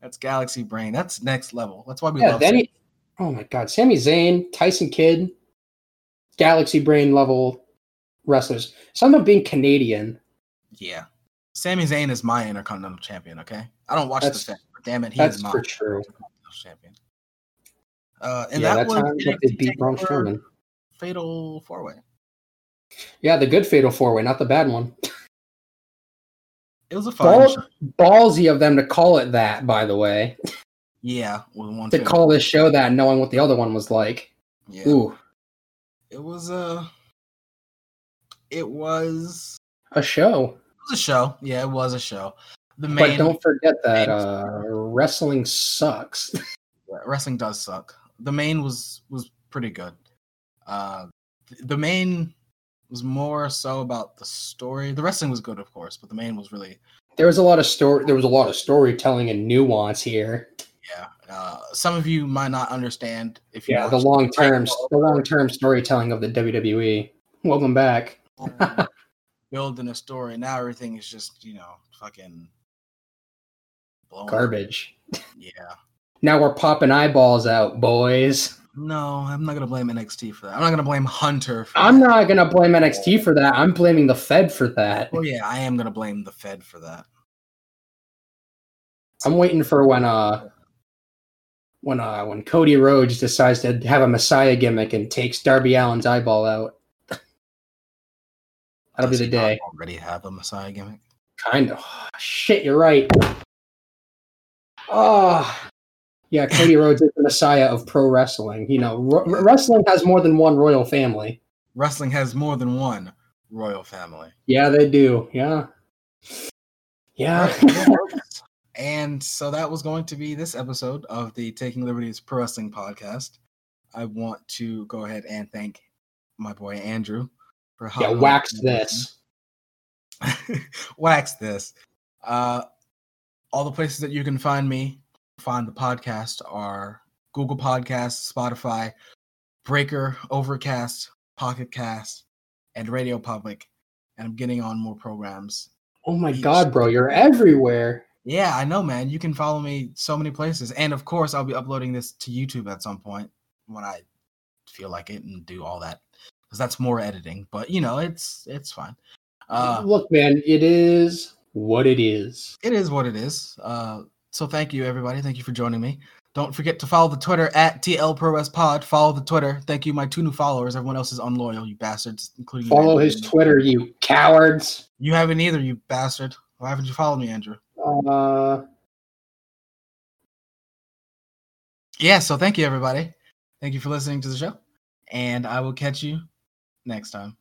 Speaker 1: That's galaxy brain. That's next level. That's why we
Speaker 2: Yeah,
Speaker 1: love.
Speaker 2: then he. Oh my God, Sami Zayn, Tyson Kidd, Galaxy Brain level wrestlers. Some of them being Canadian.
Speaker 1: Yeah. Sami Zayn is my Intercontinental Champion, okay? I don't watch
Speaker 2: That's-
Speaker 1: the fact, but damn it, he
Speaker 2: that's
Speaker 1: is my
Speaker 2: for true.
Speaker 1: Intercontinental Champion. Uh, and
Speaker 2: yeah,
Speaker 1: that
Speaker 2: that's
Speaker 1: was
Speaker 2: how they
Speaker 1: NXT
Speaker 2: beat Braun
Speaker 1: TakeOver
Speaker 2: Strowman.
Speaker 1: Fatal Four Way.
Speaker 2: Yeah, the good Fatal Four Way, not the bad one.
Speaker 1: It was a fun
Speaker 2: Ball,
Speaker 1: show.
Speaker 2: ballsy of them to call it that, by the way,
Speaker 1: Yeah, with one
Speaker 2: to
Speaker 1: fatal.
Speaker 2: call this show that, knowing what the other one was like.
Speaker 1: Yeah.
Speaker 2: Ooh,
Speaker 1: It was uh it was
Speaker 2: a show.
Speaker 1: it was a show. Yeah, it was a show. The
Speaker 2: But
Speaker 1: main
Speaker 2: don't forget that
Speaker 1: main-
Speaker 2: uh, wrestling sucks.
Speaker 1: wrestling does suck. The main was was pretty good. Uh, th- the main was more so about the story. The wrestling was good, of course, but the main was really
Speaker 2: there was a lot of story. There was a lot of storytelling and nuance here.
Speaker 1: yeah. Uh, some of you might not understand if you
Speaker 2: Yeah, the
Speaker 1: watch-
Speaker 2: long term,
Speaker 1: Right.
Speaker 2: the long term storytelling of the WWE. Welcome back.
Speaker 1: building a story. Now everything is just you know fucking blowing up.
Speaker 2: Garbage.
Speaker 1: Oh, Yeah,
Speaker 2: Now we're popping eyeballs out, boys.
Speaker 1: no, I'm not gonna blame NXT for that. I'm not gonna blame Hunter. For
Speaker 2: I'm
Speaker 1: that.
Speaker 2: not gonna blame NXT for that. I'm blaming the Fed for that.
Speaker 1: Well, yeah, I am gonna blame the Fed for that.
Speaker 2: I'm waiting for when uh when uh when Cody Rhodes decides to have a Messiah gimmick and takes Darby Allen's eyeball out. That'll
Speaker 1: Does
Speaker 2: be the
Speaker 1: he not
Speaker 2: day.
Speaker 1: Already have a Messiah gimmick.
Speaker 2: Kind of. Shit, you're right. Oh, yeah. Cody Rhodes is the messiah of pro wrestling. You know, ro- wrestling has more than one royal family.
Speaker 1: Wrestling has more than one royal family.
Speaker 2: Yeah, they do. Yeah. Yeah.
Speaker 1: and so that was going to be this episode of the Taking Liberties Pro Wrestling Podcast. I want to go ahead and thank my boy Andrew for
Speaker 2: yeah,
Speaker 1: hopping on
Speaker 2: wax
Speaker 1: and
Speaker 2: this.
Speaker 1: everything. wax this. Uh, all the places that you can find me, find the podcast are Google Podcasts, Spotify, Breaker, Overcast, Pocket Cast, and Radio Public. And I'm getting on more programs
Speaker 2: Oh my God, bro. You're everywhere.
Speaker 1: yeah, I know, man. You can follow me so many places. And of course, I'll be uploading this to YouTube at some point when I feel like it and do all that. Because that's more editing. But you know, it's it's fine. Uh
Speaker 2: Look, man, it is what it is.
Speaker 1: it is what it is. Uh so thank you everybody. Thank you for joining me. Don't forget to follow the Twitter at TL Pro West Pod. Follow the Twitter. Thank you, my two new followers. Everyone else is unloyal, you bastards, including you,
Speaker 2: Follow
Speaker 1: Andrew.
Speaker 2: his Twitter, you cowards.
Speaker 1: You haven't either, you bastard. Why haven't you followed me, Andrew?
Speaker 2: Uh,
Speaker 1: yeah, so thank you, everybody. Thank you for listening to the show. And I will catch you next time.